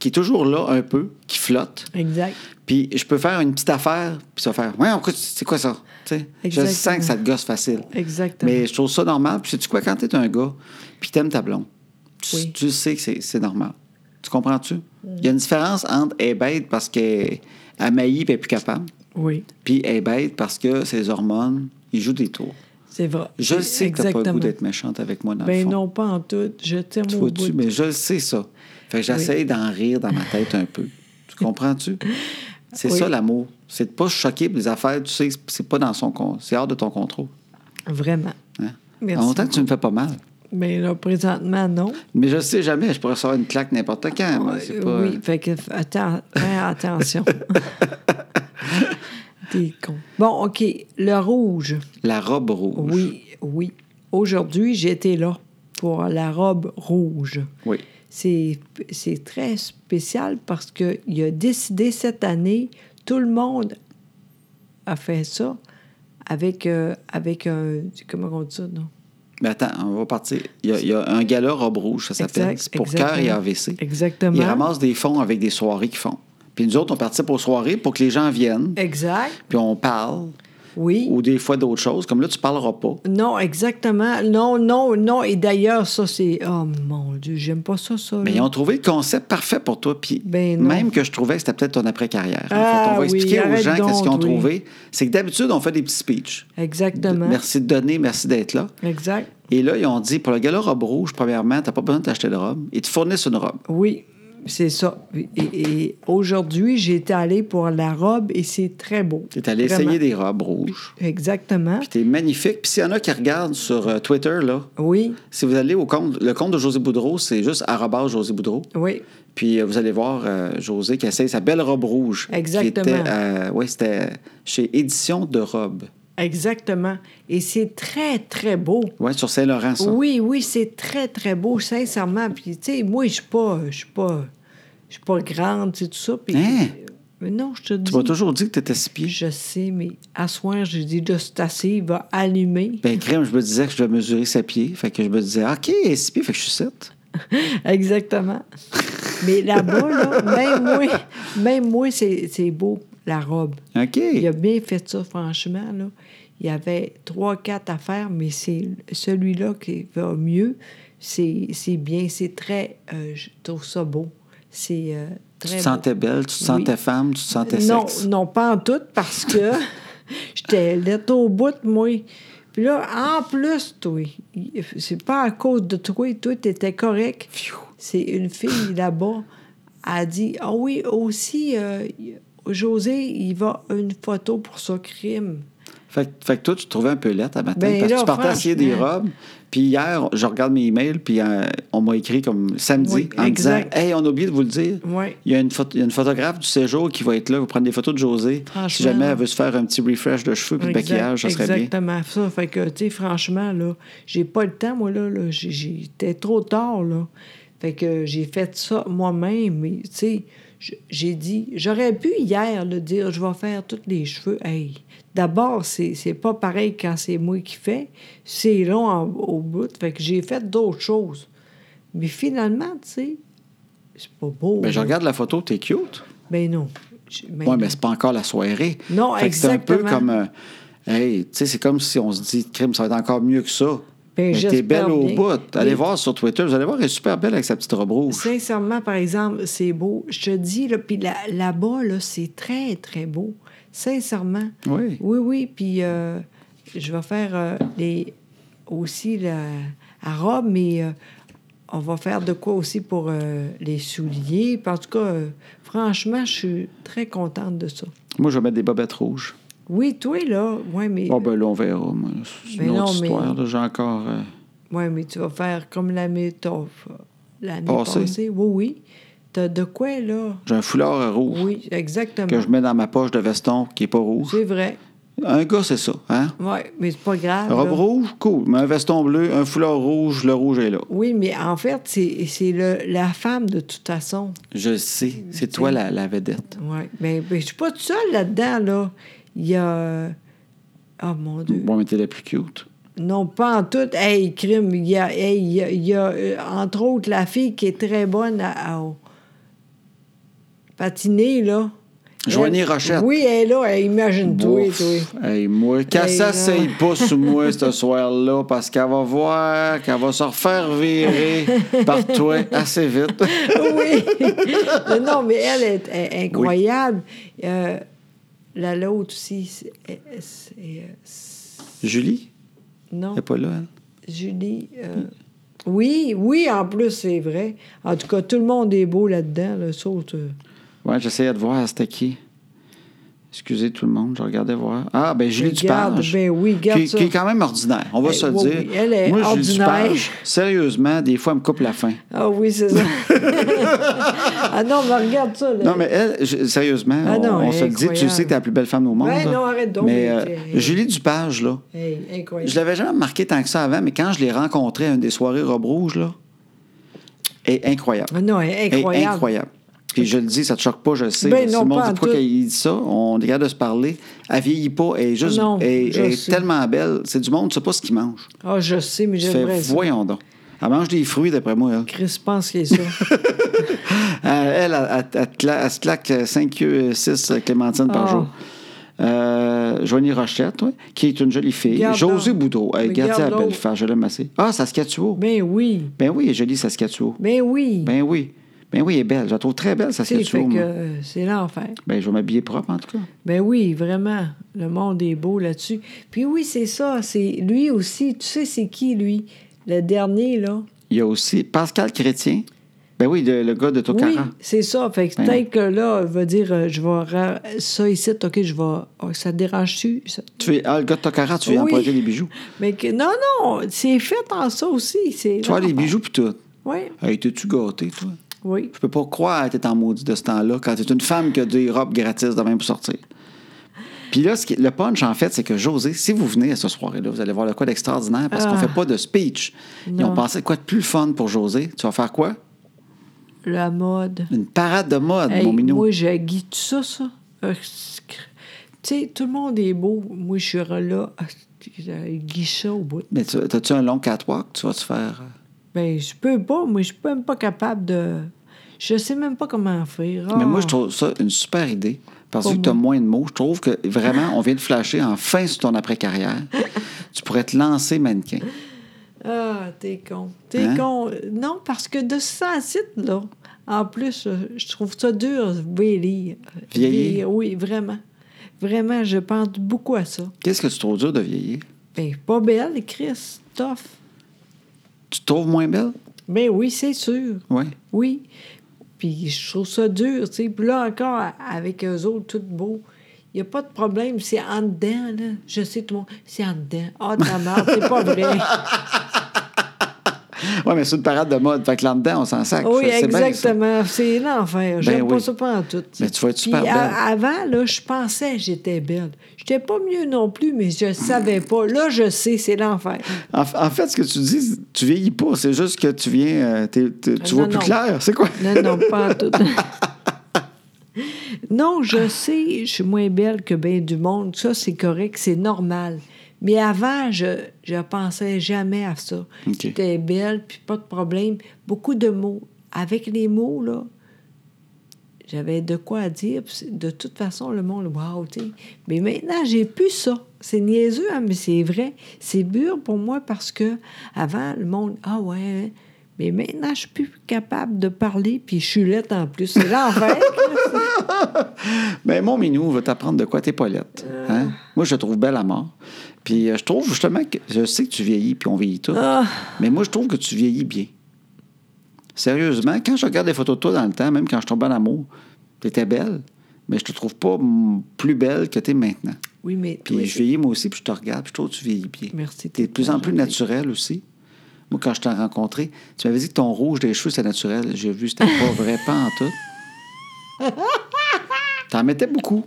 A: qui est toujours là un peu, qui flotte.
B: Exact.
A: Puis je peux faire une petite affaire, puis ça va faire Ouais, pourquoi tu- c'est quoi ça? Tu sais, je
B: Exactement.
A: sens que ça te gosse facile.
B: Exactement.
A: Mais je trouve ça normal. Puis sais-tu quoi, quand t'es un gars, puis t'aimes ta blonde, tu,
B: Oui.
A: tu sais que c'est- c'est normal. Tu comprends-tu? Il y a une différence entre elle est bête parce qu'elle elle maillit et elle est plus capable,
B: Oui,
A: puis elle est bête parce que ses hormones, ils jouent des tours.
B: c'est vrai.
A: Je le sais que t'as pas le
B: Exactement.
A: goût d'être méchante avec moi dans le
B: Ben
A: fond.
B: non, pas en tout. Je t'aime
A: Tu
B: au
A: vois-tu?
B: bout.
A: Mais je le sais ça. Fait que j'essaye d'en rire dans ma tête un peu. Tu comprends-tu? C'est
B: Oui.
A: ça l'amour. C'est de pas se choquer pour les affaires, tu sais, c'est pas dans son con- c'est hors de ton contrôle.
B: Vraiment.
A: Hein?
B: Merci
A: En longtemps que tu me fais pas mal.
B: Mais là, présentement, non. Euh,
A: Mais je le sais jamais, je pourrais recevoir une claque n'importe quand. moi. C'est pas-
B: Oui, fait que f- atten- fais
A: <laughs>
B: attention. T'es con. Bon, OK. Le rouge.
A: La robe rouge.
B: Oui, oui. Aujourd'hui, j'étais là pour la robe rouge.
A: Oui.
B: C'est c'est très spécial parce qu'il a décidé cette année, tout le monde a fait ça avec, euh, avec un. Comment on dit ça, non?
A: Mais attends, on va partir. Il y a, il y a un gala robe rouge, ça s'appelle.
B: Exact,
A: C'est pour
B: exactement.
A: cœur et AVC.
B: Exactement.
A: Ils ramassent des fonds avec des soirées qu'ils font. Puis nous autres, on participe aux soirées pour que les gens viennent,
B: Eh. Exact.
A: puis on parle,
B: Oui.
A: ou des fois d'autres choses. Comme là, tu parleras pas.
B: Non, exactement. Non, non, non. Et d'ailleurs, ça, c'est. Oh mon Dieu, j'aime pas ça, ça.
A: Mais
B: là.
A: ils ont trouvé le concept parfait pour toi. Puis
B: Mm-hmm. Ben non.
A: même que je trouvais que c'était peut-être ton après-carrière. En
B: Ah
A: fait, on va
B: oui,
A: expliquer aux
B: arrête
A: gens qu'est-ce
B: donc,
A: qu'ils ont
B: oui.
A: trouvé. C'est que d'habitude, on fait des petits speeches.
B: Exactement.
A: Merci de donner, merci d'être là.
B: Exact.
A: Et là, ils ont dit, pour le gala robe rouge, premièrement, t'as pas besoin de t'acheter de robe. Ils te fournissent une robe.
B: Oui, c'est ça. Et, et aujourd'hui, j'étais allée pour la robe et c'est très beau.
A: T'es allé
B: Vraiment.
A: essayer des robes rouges.
B: Exactement.
A: Puis t'es magnifique. Puis s'il y en a qui regardent sur euh, Twitter, là,
B: Oui,
A: si vous allez au compte, le compte de José Boudreau, c'est juste arrobas José Boudreau.
B: oui.
A: Puis euh, vous allez voir euh, José qui essaye sa belle robe rouge.
B: Exactement.
A: Qui était, euh, ouais, c'était chez Édition de robe.
B: Exactement. Et c'est très, très beau.
A: Oui, sur Saint-Laurent, ça.
B: Oui, oui, c'est très, très beau, sincèrement. Puis, tu sais, moi, je suis pas, je suis pas, je suis pas grande, tu sais, tout ça. Puis, euh,
A: Hein?
B: Mais non, je te dis.
A: Tu m'as toujours dit que tu étais six pieds.
B: Je sais, mais à soir, j'ai dit, là, c'est assez, il va
A: <laughs>
B: allumer.
A: Ben, crème, je me disais que je devais mesurer sept pieds. Fait que je me disais, OK, six pieds, fait que je suis sept.
B: Exactement. mais là-bas, là, même moi, même moi c'est c'est beau, la robe.
A: OK.
B: Il a bien fait ça, franchement. Là. Il y avait trois, quatre affaires, mais c'est celui-là qui va mieux. C'est c'est bien, c'est très. euh, je trouve ça beau. C'est euh,
A: Tu
B: très.
A: te
B: beau.
A: sentais belle, tu te
B: Oui.
A: sentais femme, tu te sentais
B: non,
A: sexe.
B: non, pas en tout, parce que j'étais laite au bout, moi. Puis là, en plus, toi, il- c'est pas à cause de toi, toi, t'étais correct. C'est une fille là-bas, a dit Ah oui, aussi, euh, José, il va une photo pour son crime.
A: Fait, que- fait que toi, tu te trouvais un peu laite à matin.
B: Ben
A: parce que
B: là,
A: tu partais essayer des
B: franchement.
A: robes. Puis hier, je regarde mes emails, puis euh, on m'a écrit comme samedi
B: Oui,
A: en me disant
B: exact.
A: Hey, on a oublié de vous le dire.
B: Oui.
A: Il y, a une photo- il y a une photographe du séjour qui va être là, vous prendre des photos de José. Si
B: Franchement.
A: jamais elle veut se faire un petit refresh de cheveux puis de
B: Exact-
A: maquillage, ça serait bien.
B: Exactement ça. Fait que, tu sais, franchement, là, j'ai pas le temps, moi, là. là. J'ai- J'étais trop tard, là. Fait que j'ai fait ça moi-même, mais, tu sais, j- j'ai dit... J'aurais pu hier, le dire, je vais faire tous les cheveux. Hey! D'abord, c'est c'est pas pareil quand c'est moi qui fais. C'est long en- au bout. Fait que j'ai fait d'autres choses. Mais finalement, tu sais, c'est pas beau.
A: Ben, je
B: là.
A: regarde la photo, t'es cute.
B: Ben non. J- ben
A: Oui,
B: non.
A: mais c'est pas encore la soirée.
B: Non,
A: Fait que C'est un peu
B: exactement.
A: comme. euh, hey, tu sais, c'est comme si on se dit, crime, ça va être encore mieux que ça.
B: Ben,
A: mais t'es
B: j'espère
A: belle au
B: bien.
A: bout. Allez
B: Mais-
A: voir sur Twitter, vous allez voir, elle est super belle avec sa petite robe rouge.
B: Sincèrement, par exemple, c'est beau. Je te dis, là, puis là- là-bas, là, c'est très, très beau. Sincèrement.
A: Oui.
B: Oui, oui. Puis euh, je vais faire euh, les, aussi la, à robe, mais euh, on va faire de quoi aussi pour euh, les souliers. Puis en tout cas, euh, franchement, je suis très contente de ça.
A: Moi, je vais mettre des bobettes rouges.
B: Oui, toi, là. Oui, mais,
A: Oh, ben là, on verra. moi. C'est une autre
B: Mais Ben non, mais-
A: histoire. là. J'ai encore. euh,
B: ouais, mais tu vas faire comme la méthode l'année
A: Passée.
B: passée. Oui, oui. T'as de quoi, là?
A: J'ai un foulard euh, rouge
B: Oui, exactement.
A: que je mets dans ma poche de veston qui n'est pas rouge.
B: C'est vrai.
A: Un gars, c'est ça. Hein?
B: Oui, mais c'est pas grave.
A: Robe
B: là.
A: rouge, cool. Mais un veston bleu, un foulard rouge, le rouge est là.
B: Oui, mais en fait, c'est c'est le- la femme de toute façon.
A: Je sais. C'est toi la, la vedette.
B: Oui. Mais, mais ben, je suis pas toute seule là-dedans, là. Il y a. Oh mon Dieu.
A: Bon, mais t'es la plus cute.
B: Non, pas en tout. Hey, crime. Il y a, hey, il y a, il y a, euh, entre autres, la fille qui est très bonne à, à- au- patiner, là.
A: Joanie Rochette.
B: Oui, elle est là, elle imagine toi,
A: Ouf.
B: toi.
A: Hey, moi, qu'elle
B: Hey,
A: s'asseye
B: non.
A: pas sous moi
B: <laughs>
A: ce soir-là parce qu'elle va voir qu'elle va se refaire
B: <laughs>
A: virer par toi assez vite. <laughs>
B: Oui. Mais non, mais elle est, est incroyable. Euh, la l'autre aussi, c'est- c'est- c'est- c'est-
A: Julie,
B: non,
A: elle est pas là, elle?
B: Julie. euh, oui, oui, en plus, c'est vrai. En tout cas, tout le monde est beau là-dedans, là, sauf. euh,
A: Ouais, j'essayais de voir c'était qui. Excusez tout le monde, je regardais voir. Ah, ben Julie
B: Regarde,
A: Dupage.
B: ben oui, garde
A: qui,
B: ça.
A: qui est quand même ordinaire, on va
B: Eh,
A: se le
B: oui,
A: dire.
B: oui, elle est
A: Moi, Julie
B: ordinaire.
A: Dupage, sérieusement, des fois, elle me coupe la faim.
B: Ah oui, c'est
A: <laughs>
B: ça. ah non, mais regarde ça. Là.
A: Non, mais elle, je- sérieusement,
B: Ah
A: on,
B: non,
A: on
B: elle
A: se
B: est
A: le dit, tu
B: incroyable.
A: sais que t'es la plus belle femme au monde.
B: Ben
A: là.
B: non, arrête donc,
A: Mais
B: elle
A: euh,
B: est-
A: Julie Dupage, là,
B: Hey, incroyable.
A: je l'avais jamais remarqué tant que ça avant, mais quand je l'ai rencontrée à une des soirées Robe Rouge, là, elle est incroyable.
B: Ah non, elle est
A: Elle est
B: incroyable.
A: incroyable. Puis je le dis, ça te choque pas, je le sais.
B: Ben
A: là,
B: non,
A: tout le monde
B: pas en
A: dit pourquoi
B: tout.
A: qu'il dit ça. On est capable de se parler. Elle vieillit pas. Elle est juste
B: Non,
A: elle,
B: je
A: elle est
B: sais.
A: tellement belle. C'est du monde, tu sais pas ce qu'ils mange.
B: Ah, je sais, mais
A: Tu fais,
B: j'aimerais ça.
A: voyons donc. Elle mange des fruits, d'après moi. Elle,
B: Chris pense qu'il est ça.
A: Euh, elle, elle, elle- elle cla- elle se claque 5 yeux, euh, 6 clémentines par
B: Oh.
A: jour. Euh, Joanie Rochette, oui, qui est une jolie fille.
B: Regarde
A: Josée
B: donc.
A: Boudreau. Elle, regarde
B: Regarde
A: la belle
B: l'autre.
A: femme, je l'aime assez. Ah, Saskatchewan.
B: ben oui.
A: Ben oui, elle est jolie Saskatchewan.
B: Ben oui.
A: Ben oui. Ben oui, elle est belle. Je la trouve très belle,
B: Tu sais, fait
A: Saskatchewan.
B: que
A: moi.
B: euh, c'est l'enfer.
A: Ben, je vais m'habiller propre, en tout cas.
B: Ben oui, vraiment. Le monde est beau là-dessus. Puis oui, c'est ça. C'est lui aussi. Tu sais, c'est qui, lui? Le dernier, là.
A: Il y a aussi Pascal Chrétien. Ben oui, le, le gars de
B: Oui,
A: Tokara.
B: c'est ça. Fait que
A: Ben
B: peut-être
A: oui.
B: que là, elle va dire, euh, je vais... ra- Ça ici, OK, je vais... oh, ça te dérange-tu? ça?
A: Tu es, ah, le gars de Tokara, tu viens
B: Oui.
A: emprunter les bijoux.
B: Mais que, non, non, c'est fait en ça aussi. C'est
A: Tu vois, les bijoux, puis tout.
B: Oui,
A: Hey, t'es-tu gâté, toi?
B: oui.
A: Je peux pas croire que t'es en maudit de ce temps-là quand t'es une femme qui a des robes gratis de même pour sortir. Puis là, ce qui- le punch, en fait, c'est que José, si vous venez à ce soirée-là, vous allez voir le quoi d'extraordinaire parce qu'on
B: Ah.
A: fait pas de speech. Ils
B: Non.
A: ont pensé quoi de plus fun pour José. Tu vas faire quoi?
B: La mode.
A: Une parade de mode,
B: Hey,
A: mon minou.
B: moi, j'ai tout ça, ça. Euh, c'est cr- Tu sais, tout le monde est beau. Moi, je suis là, ah, j'ai gui ça au bout.
A: Mais tu- t'as-tu un long catwalk? Tu vas-tu faire. euh,
B: Ben, je peux pas. Moi, je suis même pas capable de... Je sais même pas comment faire. Ah.
A: Mais moi, je trouve ça une super idée. Parce que
B: Pour
A: vu que tu as moins de mots, je trouve que vraiment, on vient de flasher enfin sur ton
B: <laughs>
A: après-carrière. tu pourrais te lancer mannequin.
B: Ah, t'es con. T'es
A: Hein?
B: con. Non, parce que de ça à site, là, en plus, euh, je trouve ça dur, vieillir.
A: Vieillir?
B: Oui, vraiment. Vraiment, je pense beaucoup à ça.
A: Qu'est-ce que tu trouves dur de vieillir?
B: Ben, pas belle, Christophe.
A: Tu te trouves moins belle?
B: Ben oui, c'est sûr.
A: Oui.
B: Oui. Puis je trouve ça dur, tu sais. Puis là encore, a- avec eux autres, tout beau. Il n'y a pas de problème, c'est en dedans, là. Je sais, tout le monde, c'est en dedans. Ah, ta mère, c'est pas vrai.
A: Oui, mais c'est une parade de mode. Fait que là-dedans, on s'en sac. <laughs>
B: Oui,
A: C'est bien ça.
B: exactement. C'est l'enfer. J'aime
A: Ben
B: pas
A: oui.
B: ça pas en tout.
A: Mais tu vas être super
B: Puis, a-
A: belle.
B: avant, là, je pensais que j'étais belle. J'étais pas mieux non plus, mais je savais pas. Là, je sais, c'est l'enfer.
A: En, en fait, ce que tu dis, tu vieillis pas. C'est juste que tu viens. euh, t'es- t'es- tu
B: Non,
A: vois plus
B: non.
A: clair. C'est quoi?
B: Non, non, pas en tout. non, je sais, je suis moins belle que bien du monde. Ça, c'est correct, c'est normal. Mais avant, je je pensais jamais à ça.
A: OK.
B: J'étais belle, puis pas de problème. Beaucoup de mots. Avec les mots, là, j'avais de quoi à dire. puis c'est- De toute façon, le monde, waouh, tu sais. Mais maintenant, j'ai plus ça. C'est niaiseux, hein, mais c'est vrai. C'est dur pour moi parce que avant, le monde, ah ouais. hein. Mais maintenant, je suis plus capable de parler, puis je suis laite en plus. C'est l'enfer.
A: Mais mon minou va t'apprendre de quoi t'es pas laide,
B: Euh.
A: Hein? Moi, je te trouve belle à mort. Puis euh, je trouve justement que je sais que tu vieillis, puis on vieillit tout.
B: Ah.
A: Mais moi, je trouve que tu vieillis bien. Sérieusement, quand je regarde les photos de toi dans le temps, même quand je tombais en amour, t'étais belle, mais je te trouve pas mm, plus belle que t'es maintenant.
B: oui, mais.
A: Puis
B: oui,
A: je vieillis moi aussi, puis je te regarde, puis je trouve que tu vieillis bien.
B: Merci,
A: T'es
B: t'es
A: de plus
B: très
A: en plus
B: gentille.
A: naturel aussi. Moi, quand je t'ai rencontré, tu m'avais dit que ton rouge des cheveux, c'est naturel. J'ai vu, c'était
B: <laughs>
A: pas vrai, pas en tout. T'en mettais beaucoup.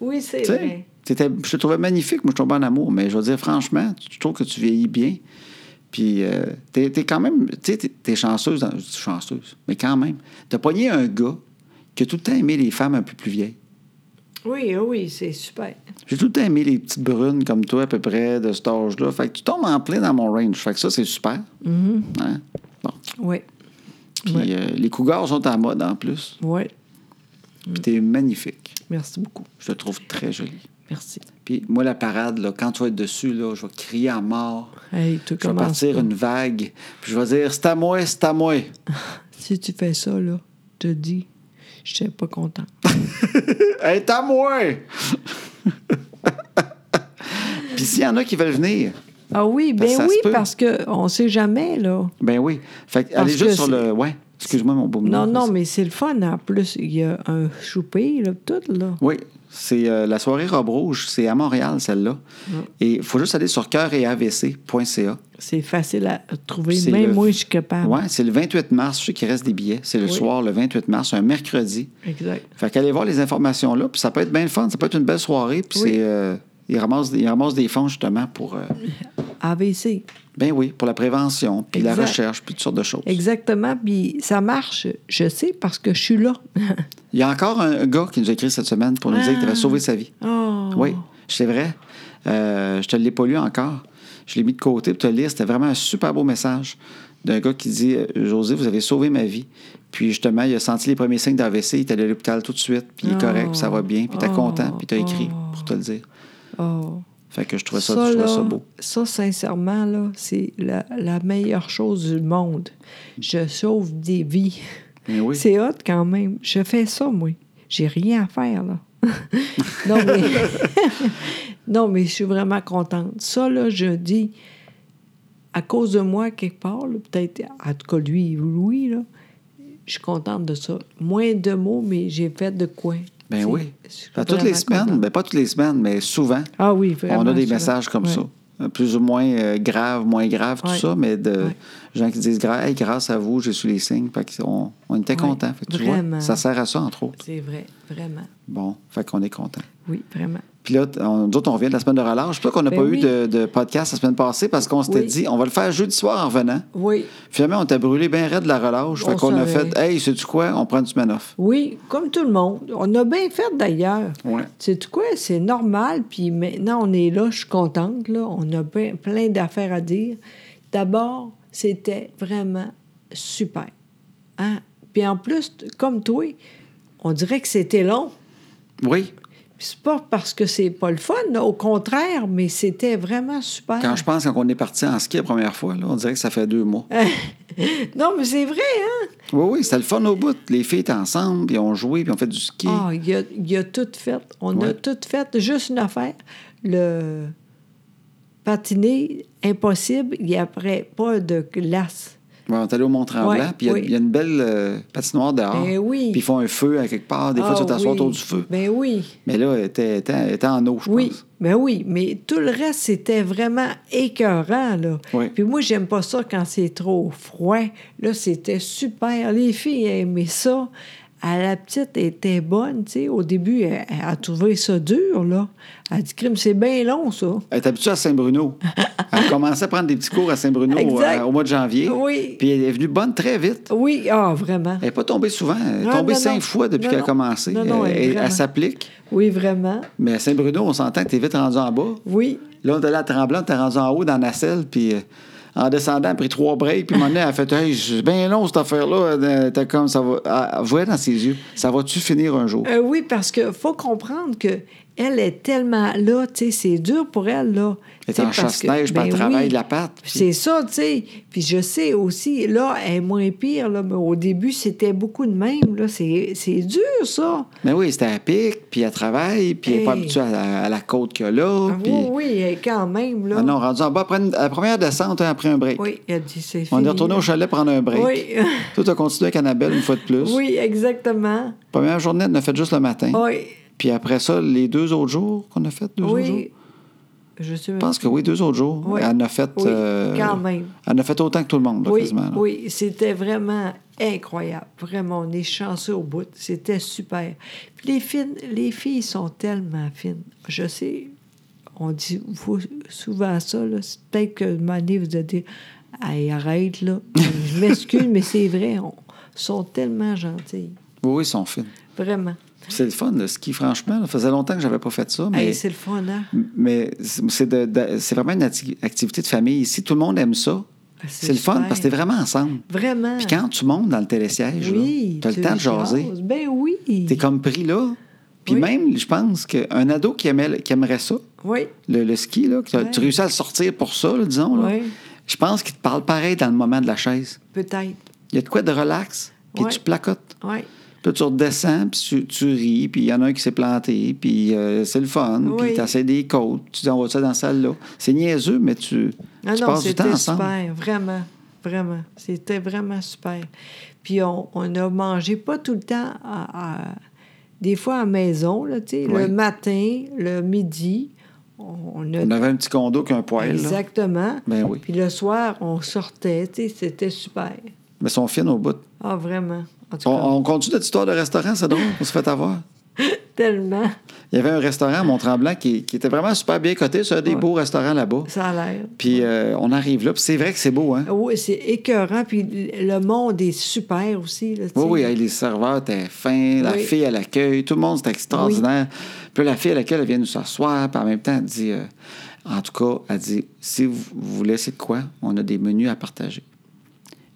B: oui, c'est
A: Tu sais,
B: vrai.
A: t'étais- je te trouvais magnifique, moi je tombais en amour, mais je veux dire, franchement, tu- je trouve que tu vieillis bien. Puis, euh, t'es t'es quand même, tu sais, t'es- t'es chanceuse, dans- je dis chanceuse, mais quand même. T'as pogné un gars qui a tout le temps aimé les femmes un peu plus vieilles.
B: Oui, ah oui, c'est super.
A: J'ai tout le temps aimé les petites brunes comme toi, à peu près, de cet âge-là. Fait que tu tombes en plein dans mon range. Fait que ça, c'est super. Hein? Bon.
B: Oui.
A: Puis,
B: Mm-hmm. Ouais.
A: euh, les cougars sont en mode en plus.
B: Oui.
A: Puis t'es magnifique.
B: Merci beaucoup.
A: Je te trouve très jolie.
B: Merci.
A: Puis moi, la parade, là, quand tu vas être dessus, là, je vais crier à mort.
B: Hey,
A: Je
B: tu
A: vais
B: commences.
A: partir
B: pas.
A: une vague. Puis je vais dire, c'est à moi, c'est à
B: <laughs>
A: moi.
B: Si tu fais ça, là, je te dis, je suis pas content.
A: Elle est à moi! <laughs> Puis s'il y en a qui veulent venir,
B: Ah oui,
A: Parce que
B: ben
A: ça
B: oui,
A: se peut.
B: parce qu'on ne sait jamais, là.
A: ben oui. Fait que, allez
B: Parce
A: juste
B: que
A: sur le. Ouais, excuse-moi mon beau
B: Non,
A: mot.
B: non, mais c'est le fun. En plus, il y a un choupé, là, tout, là.
A: Oui, c'est euh, la soirée Robe Rouge, c'est à Montréal, celle-là.
B: Mm.
A: Et il faut juste aller sur cœur et avc.ca.
B: C'est facile à trouver.
A: C'est
B: Même
A: le-
B: moi, je suis capable.
A: Ouais, c'est le 28 mars. Je sais qu'il reste des billets. C'est le
B: Oui.
A: soir, le 28 mars, un mercredi.
B: Exact.
A: Fait qu'allez voir les informations là, puis ça peut être bien le fun, ça peut être une belle soirée, puis
B: Oui.
A: c'est, euh, ils, ramassent, ils ramassent des fonds justement pour, euh,
B: AVC.
A: ben oui, pour la prévention, puis la
B: Exact.
A: recherche, puis toutes sortes de choses.
B: Exactement. Puis ça marche, je sais, parce que je suis là. <laughs>
A: Il y a encore un gars qui nous a écrit cette semaine pour nous dire
B: Ah.
A: qu'il avait sauvé sa vie.
B: oh.
A: Oui, c'est vrai. Euh, je te l'ai pas lu encore. Je l'ai mis de côté pour te le lire. C'était vraiment un super beau message d'un gars qui dit euh, José, vous avez sauvé ma vie. Puis justement, il a senti les premiers signes d'AVC, il est allé à l'hôpital tout de suite, puis il est
B: Oh.
A: correct, puis ça va bien, puis t'es
B: Oh.
A: content, puis t'as écrit
B: Oh.
A: pour te le dire.
B: Oh.
A: Fait que je trouvais ça, je trouvais ça
B: là,
A: beau.
B: ça, sincèrement, là, c'est la, la meilleure chose du monde. Je sauve des vies.
A: Mais oui.
B: C'est hot quand même. Je fais ça, moi. J'ai rien à faire, là. <laughs> non, mais... <laughs> non, mais je suis vraiment contente. Ça, là, je dis, à cause de moi, quelque part, là, peut-être, en tout cas, lui, Louis, là, je suis contente de ça. Moins de mots, mais j'ai fait de quoi.
A: Ben
B: C'est-
A: oui.
B: je suis
A: Fait toutes les
B: vraiment
A: semaines,
B: contente.
A: ben pas toutes les semaines, mais souvent,
B: Ah oui, vraiment.
A: on a des
B: souvent.
A: messages comme
B: Ouais.
A: ça. Euh, Plus ou moins euh, graves, moins graves, tout
B: Ouais.
A: ça, mais de
B: Ouais.
A: gens qui disent Gra- hey, grâce à vous, j'ai su les signes. Fait que on, on était
B: Ouais,
A: contents. Fait que tu vois,
B: vraiment.
A: ça sert à ça, entre autres.
B: C'est vrai, vraiment.
A: Bon, fait qu'on est content.
B: Oui, vraiment.
A: Puis là, t- on, nous autres, on revient de la semaine de relâche. C'est pour ça qu'on n'a
B: Ben
A: pas
B: oui.
A: eu de, de podcast la semaine passée parce qu'on s'était
B: Oui.
A: dit, on va le faire jeudi soir en revenant.
B: Oui.
A: Finalement, on t'a brûlé bien raide de la relâche. Fait
B: On
A: qu'on a
B: savait.
A: fait, hey, sais-tu quoi? On prend une semaine off.
B: Oui, comme tout le monde. On a bien fait d'ailleurs.
A: Ouais.
B: C'est quoi? C'est normal. Puis maintenant, on est là, je suis contente. Là. On a ben- plein d'affaires à dire. D'abord, c'était vraiment super. Hein? Puis en plus, t- comme toi, on dirait que c'était long.
A: Oui.
B: Puis c'est pas parce que c'est pas le fun, là. au contraire, mais c'était vraiment super.
A: Quand je pense qu'on est parti en ski la première fois, là, on dirait que ça fait deux
B: Euh.
A: mois.
B: <laughs> Non, mais c'est vrai, hein?
A: Oui, oui, c'était le fun au bout. Les filles étaient ensemble, puis on jouait, puis on fait du ski.
B: Ah, il y a, il y a tout fait. On a
A: Ouais.
B: tout fait. Juste une affaire. Le patiner, impossible. Il n'y a après pas de glace.
A: Ouais, on est allé au Mont-Tremblant,
B: Ouais,
A: puis il y a-
B: oui.
A: il y, a une belle euh, patinoire dehors.
B: Ben oui.
A: Puis ils font un feu à quelque part. Des fois, tu
B: Ah,
A: t'assois
B: oui.
A: autour du feu.
B: Ben oui.
A: Mais là, elle était, elle était- elle était en eau, je
B: Oui,
A: pense.
B: ben oui, mais tout le reste, c'était vraiment écœurant, là.
A: Oui.
B: Puis moi, j'aime pas ça quand c'est trop froid. Là, c'était super. Les filles aimaient ça. À la petite elle était bonne, tu sais. Au début, elle, elle a trouvé ça dur, là. Elle a dit, crime, c'est bien long, ça.
A: Elle est habituée à
B: <laughs>
A: Saint-Bruno. elle commençait à prendre des petits cours à Saint-Bruno
B: Exact.
A: euh, au mois de janvier.
B: Oui.
A: Puis elle est venue bonne très vite.
B: Oui, ah, vraiment.
A: Elle n'est pas tombée souvent. Elle est
B: Non,
A: tombée
B: non,
A: cinq
B: non.
A: fois depuis
B: Non,
A: qu'elle a
B: non.
A: commencé.
B: Non, non,
A: elle,
B: elle est
A: elle- elle
B: vraiment-
A: s'applique.
B: Oui, vraiment.
A: Mais à Saint-Bruno, on s'entend que t'es vite rendu en bas.
B: Oui.
A: Là, on est allé à Tremblant, t'es rendu en haut dans la selle, puis euh, en descendant, elle a pris trois breaks, puis à un moment donné, elle a fait Hey, c'est bien long cette affaire-là. Euh, T'as comme, ça va. Ah, vous voyez dans ses yeux, ça va-tu finir un jour?
B: Euh, oui, parce que faut comprendre que elle est tellement là, tu sais, c'est dur pour elle, là.
A: Elle est
B: Tu sais,
A: en
B: parce que-
A: chasse-neige, puis elle
B: ben
A: travaille
B: oui.
A: la patte.
B: Puis
A: puis-
B: C'est ça, tu sais. Puis je sais aussi, là, elle est moins pire, là, mais au début, c'était beaucoup de même, là. C'est c'est dur, ça.
A: Mais oui, c'était à pic, puis elle travaille, puis elle n'est pas
B: Hey.
A: habituée à la, à la côte qu'il y a là.
B: Ah
A: puis...
B: oui, oui, elle est quand même, là.
A: Ah non, rendu en bas, après une- la première descente, hein, après un break.
B: Oui, elle dit, c'est
A: On
B: fini,
A: est retourné
B: là.
A: au chalet prendre un break.
B: Oui. <laughs>
A: Tout a continué avec Annabelle une fois de plus.
B: Oui, exactement.
A: Première journée, elle l'a fait juste le matin.
B: Oui,
A: Puis après ça, les deux autres jours qu'on a fait, deux autres jours.
B: oui. Je sais
A: Je pense que oui, deux autres jours.
B: Oui.
A: Elle en a fait.
B: Oui,
A: euh,
B: quand même.
A: Elle en a fait autant que tout le monde, là,
B: Oui,
A: quasiment. là.
B: oui, c'était vraiment incroyable. Vraiment, on est chanceux au bout. C'était super. Puis les, fines, les filles sont tellement fines. Je sais, on dit vous- souvent ça. là. C'est Peut-être que Mané vous a dit Hey, arrête, là. Je m'excuse, mais c'est vrai, on sont tellement gentilles.
A: Oui, oui, ils sont fins.
B: Vraiment.
A: C'est le fun, le ski, franchement. là. Ça faisait longtemps que j'avais pas fait ça, mais.
B: Hey, c'est le fun, hein?
A: mais c'est de- de- c'est vraiment une ati- activité de famille. Ici, tout le monde aime ça. C'est le fun
B: Ah, super.
A: parce que t'es vraiment ensemble.
B: Vraiment.
A: Puis quand tu montes dans le télésiège,
B: oui,
A: tu as le
B: tu
A: temps de jaser.
B: jases. Ben oui.
A: T'es comme pris là. Puis
B: Oui.
A: même, je pense qu'un ado qui, aimait, le- qui aimerait ça,
B: Oui.
A: le, le ski, là, que t'as-
B: Ouais.
A: tu réussis à le sortir pour ça, là, disons, là,
B: Ouais.
A: je pense qu'il te parle pareil dans le moment de la chaise.
B: Peut-être.
A: Il y a de quoi de relax, puis
B: Ouais.
A: tu placotes.
B: Oui.
A: Puis tu redescends, puis tu, tu ris, puis il y en a un qui s'est planté, puis euh, c'est le fun,
B: Oui.
A: puis tu des côtes, tu dis on va ça dans la salle là. C'est niaiseux, mais tu,
B: Ah
A: tu
B: non,
A: passes du temps
B: c'était
A: ensemble.
B: super, vraiment, vraiment. C'était vraiment super. Puis on, on a mangé pas tout le temps, à- à- des fois à la maison, là, tu sais,
A: Oui.
B: le matin, le midi, on, on a...
A: On avait un petit condo qu'un poêle. là.
B: Exactement.
A: Ben oui.
B: Puis le soir, on sortait, tu sais, c'était super.
A: Mais ils sont fines au bout.
B: Ah, vraiment. En tout
A: On,
B: cas,
A: on continue notre histoire de restaurant, c'est drôle, on se fait avoir. oh.
B: tellement,
A: Il y avait un restaurant à Mont-Tremblant qui, qui était vraiment super bien coté. C'est un des
B: Ouais.
A: beaux restaurants là-bas.
B: ça a l'air.
A: Puis euh, on arrive là, puis c'est vrai que c'est beau, hein?
B: Oui, c'est écœurant, puis le monde est super aussi, là, tu
A: Oui,
B: sais.
A: oui, hey, les serveurs étaient fins, la
B: Oui.
A: fille à l'accueil, tout le monde, c'était extraordinaire. Puis là, la fille à l'accueil, elle vient nous s'asseoir, puis en même temps, elle dit, euh, en tout cas, elle dit, si vous, vous voulez, c'est quoi? On a des menus à partager.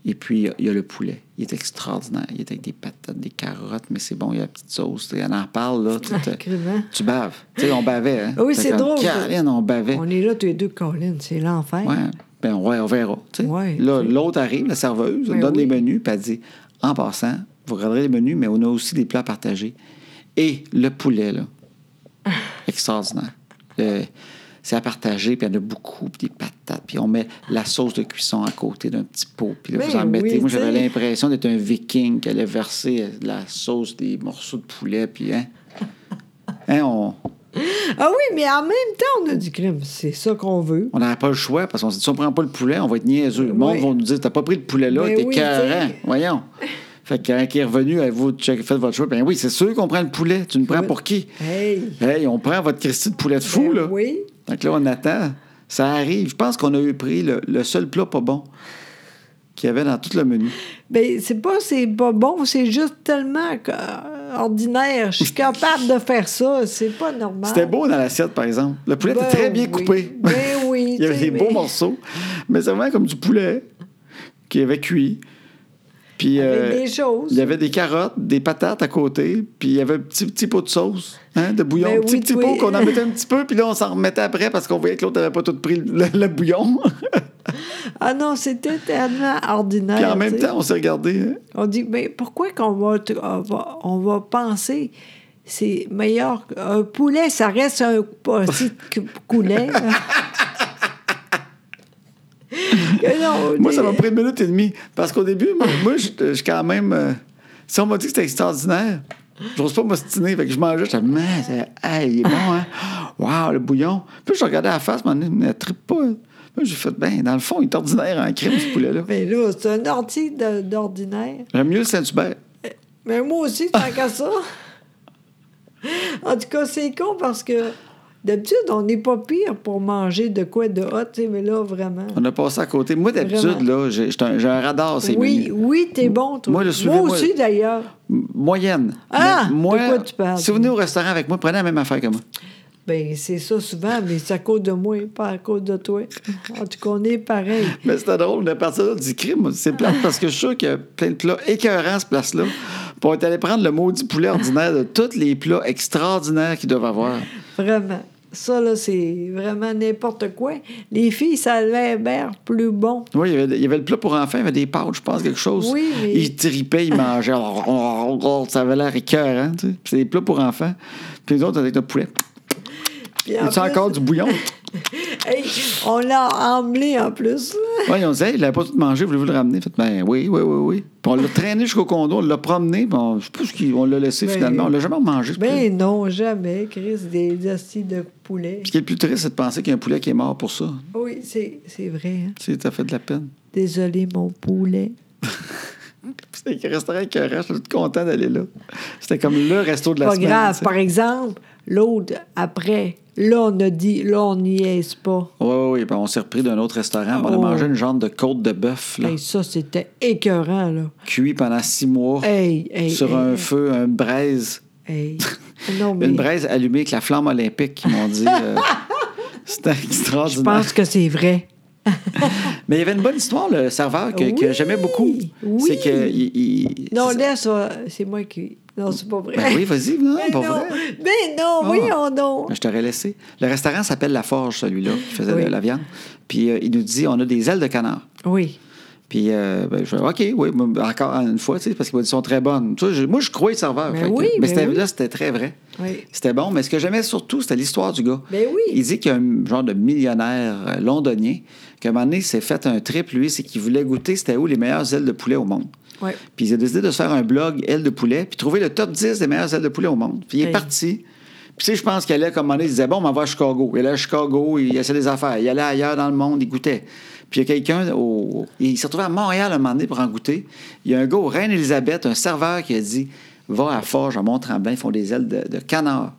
A: Et puis, il y a- il y, a le poulet. Il est extraordinaire. Il est avec des patates, des carottes, mais c'est bon, il y a la petite sauce. tu sais, Elle en parle, là. Tu, te-
B: Sacrément.
A: tu baves. Tu sais, on bavait, hein?
B: Oui,
A: T'es
B: c'est
A: comme,
B: drôle, ça.
A: Caroline, on bavait.
B: On est là tous les deux, Colin, c'est l'enfer.
A: Eh. Ouais, ben ouais, on verra. tu sais.
B: Ouais,
A: là,
B: tu sais.
A: l'autre arrive, la serveuse, elle
B: Ben
A: donne
B: oui.
A: les menus, puis elle dit En passant, vous regarderez les menus, mais on a aussi des plats partagés. Et le poulet,
B: <laughs>
A: là. Extraordinaire. Le- c'est à partager, puis il y en a beaucoup, puis des patates, puis on met la sauce de cuisson à côté d'un petit pot, puis là, vous
B: Ben
A: en mettez.
B: oui,
A: Moi, j'avais
B: tu sais.
A: l'impression d'être un viking qui allait verser de la sauce, des morceaux de poulet, puis
B: <laughs>
A: hein. Hein, on
B: Ah oui, mais en même temps, on a du crime. C'est ça qu'on veut.
A: On n'avait pas le choix parce qu'on s'est dit si on prend pas le poulet, on va être niaiseux. Le monde
B: Ouais.
A: va nous dire t'as pas pris le poulet là,
B: Ben
A: t'es
B: oui,
A: carré.
B: t'sais. <laughs>
A: Voyons. Fait que quand il est revenu, avez-vous check- fait votre choix? Ben oui, c'est sûr qu'on prend le poulet. Tu nous prends pour qui?
B: Hey!
A: Hey, on prend votre Christie de poulet de fou,
B: Ben
A: là.
B: Oui.
A: Donc là, on attend. Ça arrive. Je pense qu'on a eu pris le, le seul plat pas bon qu'il y avait dans tout le menu.
B: Ben, c'est pas c'est pas bon, c'est juste tellement euh, ordinaire. Je suis capable de faire ça. C'est pas normal.
A: C'était beau dans l'assiette, par exemple. Le poulet
B: Ben
A: était très bien
B: oui.
A: coupé.
B: Ben oui,
A: <laughs> Il y avait
B: tu sais,
A: des beaux
B: mais-
A: morceaux. Mais c'est vraiment comme du poulet qui avait cuit. Puis,
B: Avec
A: euh,
B: des choses.
A: Il y avait des carottes, des patates à côté, puis il y avait un petit, petit pot de sauce, hein, de bouillon.
B: Ben
A: un petit,
B: oui,
A: petit
B: toi.
A: pot qu'on en mettait un petit peu, puis là, on s'en remettait après parce qu'on voyait que l'autre n'avait pas tout pris le, le bouillon. <laughs>
B: Ah non, c'était tellement ordinaire.
A: puis en même
B: Ben, tu sais.
A: temps, on s'est regardé. hein.
B: On dit, mais pourquoi qu'on va, on va, on va penser c'est meilleur qu'un poulet, ça reste un petit cou-
A: <laughs>
B: coulet. là. Que non, on
A: Moi,
B: dit-
A: ça m'a pris une minute et demie. Parce qu'au début, moi, moi, je je suis quand même. euh, si on m'a dit que c'était extraordinaire, j'ose pas m'ostiner. Fait que je mangeais, je mais c'est- hey, il est bon, hein? <gasps> Waouh, le bouillon. Puis je regardais à la face, mon ne tripe pas. hein. Moi, j'ai fait, ben, dans le fond, il est ordinaire en crème, ce poulet-là.
B: Mais là, c'est un ordi de- d'ordinaire.
A: J'aime mieux le Saint-Hubert.
B: Mais moi aussi, tant qu'à ça. En tout cas, c'est con parce que d'habitude, on n'est pas pire pour manger de quoi de hot, tu sais, mais là, vraiment.
A: On a passé à côté. Moi, d'habitude,
B: Vraiment.
A: là, j'ai j'étais un, j'ai un radar, ces
B: Oui,
A: menus.
B: oui, t'es bon, toi.
A: Moi, le souvenez-moi-
B: aussi, d'ailleurs.
A: M- Moyenne.
B: Ah!
A: Mais moi,
B: De quoi tu parles?
A: Si vous venez au restaurant avec moi, prenez la même affaire que moi.
B: Ben, c'est ça souvent, mais c'est à cause de moi, pas à cause de toi. En tout cas, on est pareil.
A: Mais c'était drôle, de partir là, du crime, c'est
B: <laughs>
A: plate parce que je suis sûr qu'il y a plein de plats écœurants, ce place-là. Puis on est allé prendre le maudit poulet ordinaire de tous les plats extraordinaires qu'ils doivent avoir.
B: Vraiment. Ça, là, c'est vraiment n'importe quoi. Les filles, ça avait l'air plus bon.
A: Oui, il y, avait, il y avait le plat pour enfants, il y avait des pâtes, je pense, quelque chose.
B: Oui, mais-
A: Ils tripaient, ils mangeaient. Ça avait l'air écœurant, tu sais. Puis C'est des plats pour enfants. Puis les autres, avec le poulet.
B: Puis en
A: Tu
B: plus-
A: encore du bouillon?
B: <laughs> Hey, on l'a emblé en plus.
A: Oui, on disait, Hey, il n'avait pas tout mangé, voulez-vous le ramener? Fait, ben oui, oui, oui, oui. Puis on l'a traîné jusqu'au condo, on l'a promené, puis on, je sais pas ce qu'il- on l'a laissé
B: Ben-
A: finalement. On l'a jamais mangé.
B: Ben non, jamais, Chris, des astis de poulet.
A: Ce qui est le plus triste, c'est de penser qu'il y a un poulet qui est mort pour ça.
B: Oui, c'est c'est vrai. hein.
A: Tu sais, ça fait de la peine.
B: Désolé, mon poulet.
A: C'était un restaurant écœurant, je suis tout content d'aller là. C'était comme le resto de la
B: Pas
A: semaine.
B: grave.
A: tu sais.
B: Par exemple, l'autre, après, là, on a dit, là, on niaise pas.
A: Oui, oui, oui. Puis on s'est repris d'un autre restaurant. puis On a
B: Oh.
A: mangé une genre de côte de bœuf, là,
B: Hey, Ben, ça, c'était écœurant, là.
A: cuit pendant six mois
B: Hey, hey,
A: sur
B: hey,
A: un
B: hey.
A: feu, un braise.
B: Hey.
A: <laughs>
B: Non, mais
A: Une braise allumée avec la flamme olympique, ils m'ont dit. euh, <laughs> C'était
B: je
A: extraordinaire.
B: pense que c'est vrai.
A: Mais il y avait une bonne histoire, le serveur, que, que
B: Oui,
A: j'aimais beaucoup.
B: oui.
A: C'est que. il- il-
B: Non,
A: c'est-
B: laisse, euh, c'est moi qui. Non, c'est pas vrai. <laughs>
A: Ben oui, vas-y, non,
B: Mais
A: pour
B: non,
A: vrai. Ah. Ben,
B: Mais non, voyons donc.
A: Je t'aurais laissé. Le restaurant s'appelle La Forge, celui-là, qui faisait
B: Oui.
A: de la viande. Puis euh, il nous dit on a des ailes de canard.
B: Oui.
A: Puis euh, ben, je fais OK, oui, mais encore une fois, tu sais, parce qu'elles sont très bonnes. Tu sais, je- moi, je croyais serveur.
B: Ben
A: Fait que-
B: oui,
A: mais
B: ben
A: c'était-
B: oui.
A: là, c'était très vrai.
B: Oui.
A: C'était bon, mais ce que j'aimais surtout, c'était l'histoire du gars.
B: Ben oui.
A: Il dit qu'il y a un genre de millionnaire euh, londonien, qu'à un moment donné, il s'est fait un trip, lui, c'est qu'il voulait goûter c'était où les meilleures ailes de poulet au monde.
B: Ouais.
A: Puis il a décidé de se faire un blog ailes de poulet, puis trouver le top 10 des meilleures ailes de poulet au monde. Puis il est
B: Hey.
A: parti. Puis tu sais, je pense qu'il allait, comme un moment donné, il disait, bon, on va à Chicago. Il allait à Chicago, il essayait des affaires. Il allait ailleurs dans le monde, il goûtait. Puis il y a quelqu'un au... Il s'est retrouvé à Montréal un moment donné pour en goûter. Il y a un gars au Reine-Élisabeth, un serveur qui a dit, va à Forge, à Mont-Tremblant, ils font des ailes de, de canard.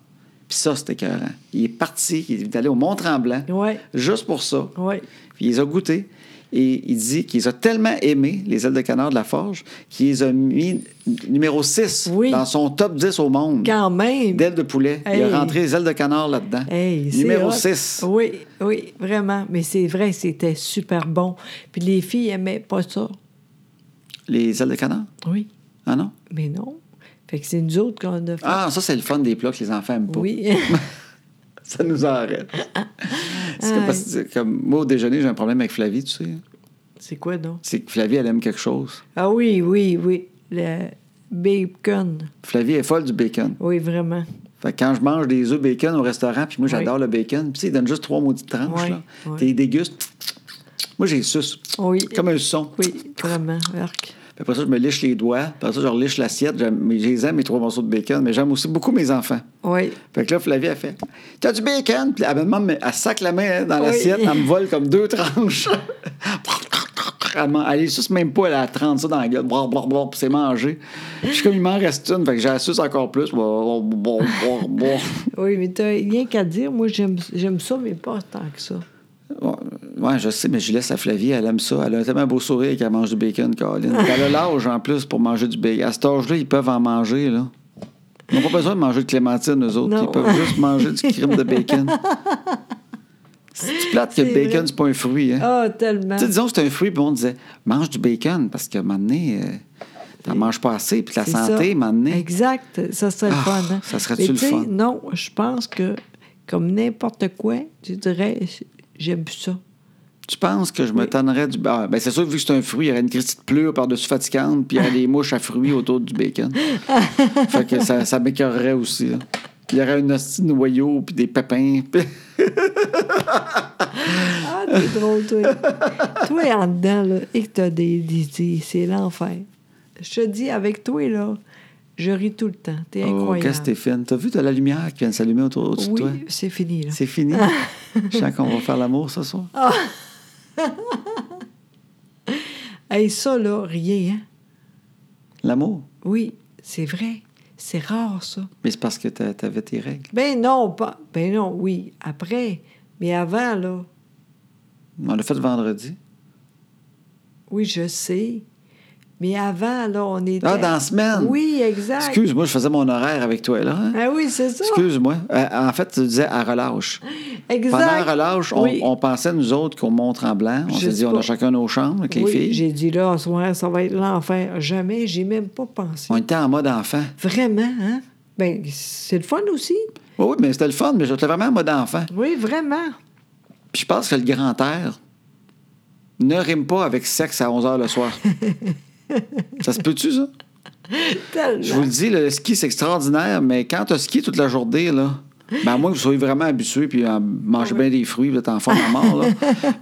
A: Puis ça, c'était écœurant. Il est parti, il est allé au Mont-Tremblant,
B: Ouais.
A: juste pour ça.
B: Ouais.
A: Puis il les a goûtés. Et il dit qu'ils ont tellement aimé les ailes de canard de la forge qu'il les a mis numéro 6
B: Oui.
A: dans son top 10 au monde
B: Quand même.
A: d'ailes de poulet. Il
B: Hey.
A: a rentré les ailes de canard là-dedans.
B: Hey, c'est
A: numéro
B: hot. Oh.
A: 6.
B: Oui, oui, vraiment. Mais c'est vrai, c'était super bon. Puis les filles aimaient pas ça.
A: Les ailes de canard?
B: Oui.
A: Ah non?
B: Mais non. Fait que c'est nous autres qu'on a fait.
A: Ah, ça, c'est le fun des plats que les enfants aiment pas.
B: oui.
A: Ça nous arrête. c'est comme, parce que, comme moi, au déjeuner, j'ai un problème avec Flavie, tu sais.
B: <laughs> c'est quoi, donc?
A: C'est que Flavie, elle aime quelque chose.
B: Ah oui, oui, oui. Le bacon.
A: Flavie est folle du bacon.
B: Oui, vraiment.
A: Fait que quand je mange des œufs bacon au restaurant, puis moi j'adore
B: Oui.
A: le bacon, puis tu sais, ils donnent juste trois maudites tranches,
B: Oui,
A: là.
B: oui.
A: T'es dégustes. Moi, j'ai suce.
B: Oui.
A: Comme un son.
B: Oui, vraiment. Arc.
A: Puis Après ça, je me liche les doigts. Puis Après ça, je reliche l'assiette. J'aime- mais Je les aime, mes trois morceaux de bacon, mais j'aime aussi beaucoup mes enfants.
B: Oui.
A: Fait que là, Flavie, elle fait T'as du bacon Puis elle me demande, mais elle sac la main hein, dans
B: Oui.
A: l'assiette, elle me vole comme
B: <laughs>
A: deux tranches. elle, m'en- elle les suce même pas, elle a 30 ça dans la gueule, brr, brr, brr, puis c'est mangé. Je suis comme, il m'en reste une, fait que j'assuce encore plus. Brr, brr, brr, brr.
B: Oui, mais t'as rien qu'à dire. Moi, j'aime j'aime ça, mais pas tant que ça.
A: Ouais, ouais, je sais, mais je laisse à Flavie, elle aime ça. Elle a tellement un beau sourire qu'elle mange du bacon,
B: <laughs>
A: Colin. Puis Elle a l'âge en plus pour manger du bacon. À cet âge-là, ils peuvent en manger, là. Ils n'ont pas besoin de manger de clémentine, eux autres.
B: Non.
A: Ils peuvent juste manger du crime de
B: <laughs>
A: bacon. C'est plate que le
B: C'est vrai.
A: bacon, c'est pas un fruit, hein?
B: Ah, tellement.
A: Tu sais, disons que c'est un fruit, puis on disait, mange du bacon, parce que un moment donné, euh, t'en manges pas assez, puis la
B: C'est
A: santé,
B: ça.
A: un moment donné,
B: Exact. Ça serait le
A: Ah,
B: fun. hein.
A: ça serait-tu
B: Mais
A: le
B: tu sais,
A: fun?
B: Non, je pense que, comme n'importe quoi, tu dirais, j'aime plus ça.
A: Tu penses que je me tannerais du. Ah, ben c'est sûr, vu que c'est un fruit, il y aurait une crise de plure par-dessus fatigante, puis il y aurait des mouches à fruits autour du
B: <laughs>
A: bacon. fait que ça, ça m'écœurerait aussi. là. Il y aurait une hostie de noyau, puis des pépins. puis-
B: Ah,
A: <laughs>
B: t'es drôle, toi. toi, en dedans, là, et que t'as des idées, c'est l'enfer. Je te dis, avec toi, là, je ris tout le temps. T'es
A: Oh,
B: <laughs> incroyable.
A: qu'est-ce que Stéphane? T'as vu, t'as la lumière qui vient de s'allumer autour au-dessus de
B: oui,
A: toi?
B: c'est fini, là.
A: C'est
B: <laughs>
A: fini. Je sens qu'on va faire l'amour ce soir.
B: Hey, ça, là, rien, hein?
A: L'amour?
B: Oui, c'est vrai. C'est rare, ça.
A: Mais c'est parce que t'a- t'avais tes règles.
B: Ben non, pas. Ben non, oui, après. Mais avant, là,
A: On l'a fait vendredi.
B: oui, je sais. Mais avant, là, on était.
A: Ah, dans la semaine!
B: Oui, exact.
A: Excuse-moi, je faisais mon horaire avec toi, là. hein?
B: Ah oui, c'est ça.
A: Excuse-moi. Euh, en fait, tu disais à relâche.
B: Exact.
A: Pendant la relâche, on,
B: Oui.
A: on pensait, nous autres, qu'on monte en blanc. On
B: Je
A: s'est dit,
B: sais
A: on a
B: pas.
A: chacun nos chambres avec les
B: Oui,
A: filles.
B: J'ai dit là, en soir, ça va être l'enfer. Jamais, j'ai même pas pensé.
A: On était en mode enfant.
B: Vraiment, hein? Ben, c'est le fun aussi.
A: Oui, oui, mais c'était le fun, mais j'étais vraiment en mode enfant.
B: Oui, vraiment.
A: Puis je pense que le grand air ne rime pas avec sexe à 11 h le
B: <laughs>
A: soir. ça se peut-tu, ça?
B: Tellement.
A: Je vous le dis, le ski, c'est extraordinaire, mais quand tu skis toute la journée, là, ben à moins que vous soyez vraiment habitué puis euh, mangez bien des fruits, vous êtes en forme à mort,
B: <laughs>
A: là.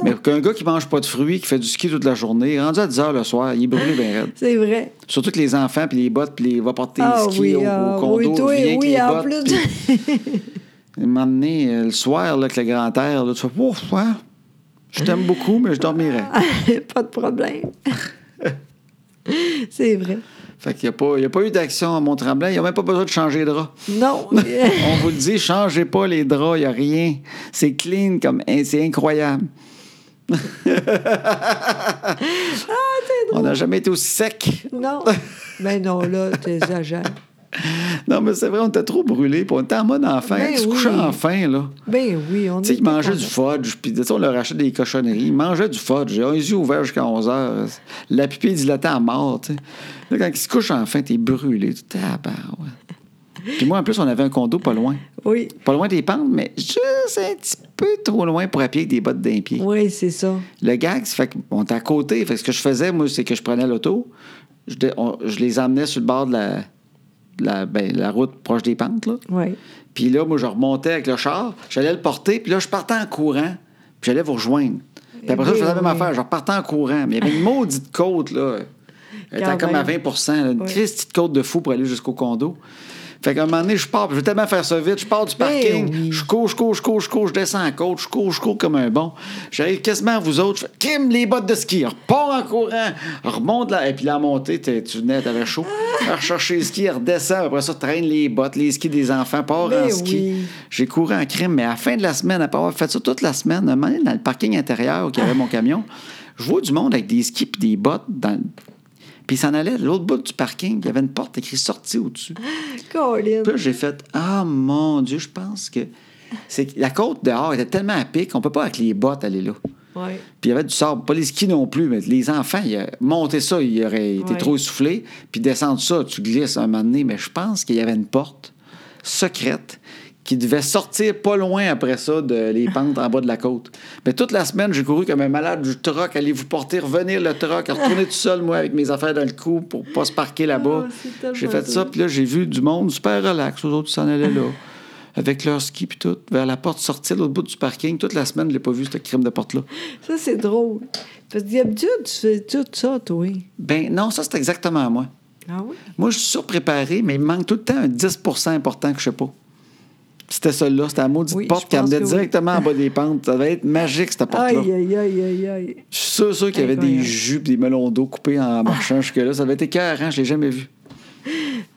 A: mais qu'un gars qui mange pas de fruits, qui fait du ski toute la journée, rendu à 10 h le soir, il est brûlé bien raide.
B: C'est vrai.
A: Surtout que les enfants, puis les bottes, puis les va porter
B: Ah
A: les skis
B: oui,
A: au, au
B: ah,
A: condo,
B: oui, toi,
A: viens avec
B: oui,
A: les
B: en
A: bottes,
B: plus.
A: puis- Un moment donné, euh, le soir, là, avec le grand air, là, tu fais « Ouf, ouais, je t'aime beaucoup, mais je dormirai.
B: <laughs> pas de problème. c'est vrai. »
A: Fait qu'il n'y a, pas- il y a pas eu d'action à Mont-Tremblant. Il n'y a même pas besoin de changer de
B: <laughs>
A: drap. <laughs>
B: Non. euh,
A: On vous le dit, changez pas les draps, il n'y a rien. C'est clean, comme hein, c'est incroyable.
B: Ah,
A: On n'a jamais été aussi sec.
B: non. Ben non, là, t'exagères.
A: Non, mais c'est vrai, on était trop brûlés. Puis on était en mode enfant.
B: Ben
A: ils se
B: oui.
A: couchaient enfin, là.
B: Ben oui, on
A: Tu sais,
B: est
A: ils mangeaient du fudge, puis tu sais, on leur achetait des cochonneries. Ils mangeaient du fudge. Ils ont les yeux ouverts jusqu'à 11 h La pupille dilatée à mort, tu sais. Là, quand ils se couchent enfin, t'es brûlé. Tout à part, Puis moi, en plus, on avait un condo pas loin.
B: Oui,
A: Pas loin des pentes, mais juste un petit peu trop loin pour à pied avec des bottes d'un pied.
B: oui, c'est ça.
A: Le gag, c'est fait qu'on était à côté. Fait que ce que je faisais, moi, c'est que je prenais l'auto, je, dé- on- je les emmenais sur le bord de la, de la, ben, la route proche des pentes, là.
B: Oui.
A: Puis là, moi, je remontais avec le char, j'allais le porter, puis là, je partais en courant, puis j'allais vous rejoindre. Puis après ça, je faisais la même
B: Oui.
A: affaire, je repartais en courant. Mais il y avait une maudite côte, là. Elle était
B: Quand
A: comme à
B: même.
A: 20 là, une
B: Oui.
A: triste petite côte de fou pour aller jusqu'au condo. Fait qu'à un moment donné, je pars, puis je veux tellement faire ça vite, je pars du parking,
B: Ben oui.
A: je cours, je cours, je cours, je cours, je descends en côte, je cours, je cours comme un bon. J'arrive quasiment à vous autres, je fais crime les bottes de ski, repars en courant, remonte là, et puis la montée, t'es- tu venais, t'avais
B: <laughs>
A: chaud. Rechercher les skis, redescends, après ça, traîne les bottes, les skis des enfants, pars
B: Ben
A: en ski.
B: oui.
A: J'ai couru en crime, mais à la fin de la semaine, après avoir fait ça toute la semaine, un moment donné, dans le parking intérieur où il y
B: Ah.
A: avait mon camion, je vois du monde avec des skis et des bottes. Dans... Puis ils s'en allaient de l'autre bout du parking, il y avait une porte écrite sortie au-dessus.
B: Colin.
A: Puis là, j'ai fait Ah mon Dieu, je pense que. c'est que La côte dehors était tellement à pic qu'on peut pas avec les bottes aller là.
B: Oui.
A: Puis il y avait du sable, pas les skis non plus, mais les enfants, ils, euh, monter ça, ils auraient été
B: Ouais.
A: trop essoufflés. Puis descendre ça, tu glisses un moment donné. Mais je pense qu'il y avait une porte secrète qui devait sortir pas loin après ça de les pentes en bas de la côte. Mais toute la semaine, j'ai couru comme un malade du troc, aller vous porter, revenir le troc, retourner tout seul, moi, avec mes affaires dans le cou pour pas se parquer là-bas.
B: Ah, c'est tellement
A: j'ai fait ça,
B: drôle.
A: puis là, j'ai vu du monde super relax. Eux autres, ils s'en allaient là, avec leur ski, puis tout, vers la porte sortie, l'autre bout du parking. Toute la semaine, je l'ai pas vu, ce crime de porte-là.
B: Ça, c'est drôle. Parce que d'habitude, tu fais tout ça, toi.
A: Ben non, ça, c'est exactement moi.
B: Ah oui?
A: Moi, je suis surpréparé, mais il me manque tout le temps un 10 important que je sais pas. C'était celle-là, c'était la maudite
B: Oui,
A: porte
B: je
A: qui
B: pense
A: amenait
B: que oui.
A: directement en bas des pentes. Ça devait être magique, cette porte-là.
B: Aïe, aïe, aïe, aïe, aïe.
A: Je suis sûr, sûr qu'il y avait des
B: Incroyable.
A: jus pis des melons d'eau coupés en marchant jusque-là. Ça devait être écœurant, je l'ai jamais vu.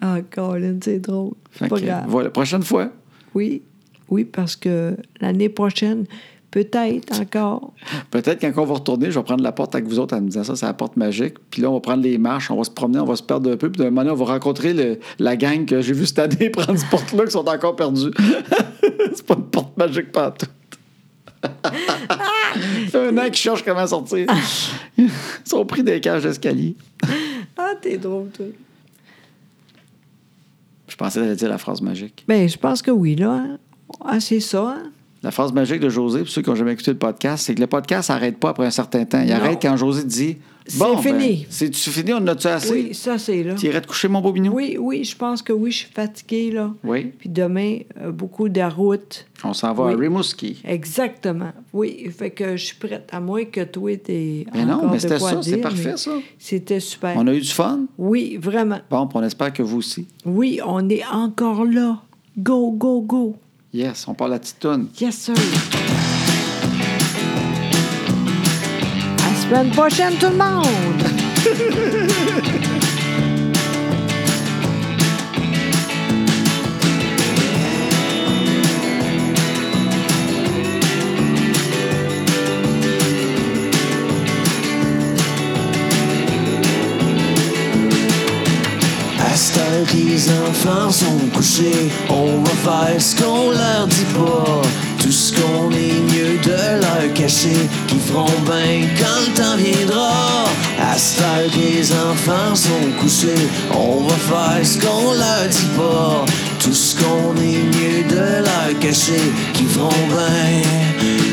B: Ah, Colin, c'est drôle.
A: Fait
B: Pas
A: que,
B: grave.
A: voilà, prochaine fois.
B: Oui, oui, parce que l'année prochaine, peut-être encore.
A: Peut-être quand on va retourner, je vais prendre la porte avec vous autres en me disant ça, c'est la porte magique. Puis là, on va prendre les marches, on va se promener, on va se perdre un peu. Puis d'un moment donné, on va rencontrer le- la gang que j'ai vue cette année <laughs> prendre cette porte-là, qui sont encore perdus. <laughs> c'est pas une porte magique
B: <laughs>
A: partout. ça fait un an qu'ils cherchent comment sortir. Ils sont pris des cages d'escalier.
B: Ah, t'es drôle, toi.
A: Je pensais d'aller dire la phrase magique.
B: Ben, je pense que oui, là. hein. Ah, c'est ça, hein?
A: La phrase magique de José, pour ceux qui n'ont jamais écouté le podcast, c'est que le podcast s'arrête pas après un certain temps. Il
B: Non.
A: arrête quand José dit
B: C'est
A: Bon, ben,
B: fini.
A: c'est-tu fini? On en a-tu assez?
B: Oui, ça, c'est là.
A: Tu irais te coucher, mon beau minou?
B: Oui, oui, je pense que oui, je suis fatiguée, là.
A: Oui.
B: Puis demain, euh, beaucoup de la route.
A: On s'en va
B: Oui.
A: à Rimouski.
B: Exactement. Oui, fait que je suis prête, à moins que toi, t'es.
A: Mais Ben non,
B: encore
A: mais
B: de
A: c'était
B: quoi
A: ça, c'est
B: dire,
A: parfait,
B: mais
A: ça.
B: C'était super.
A: On a eu du fun.
B: Oui, vraiment.
A: Bon, puis on espère que vous aussi.
B: Oui, on est encore là. Go, go, go.
A: Yes, on parle à petite toune.
B: Yes, sir. À la semaine prochaine, tout le monde!
C: À cette heure que les enfants sont couchés, on va faire ce qu'on leur dit pas. Tout ce qu'on est mieux de leur cacher, qui feront bien quand le temps viendra. À cette heure que les enfants sont couchés, on va faire ce qu'on leur dit pas. Tout ce qu'on est mieux de leur cacher, qui feront bien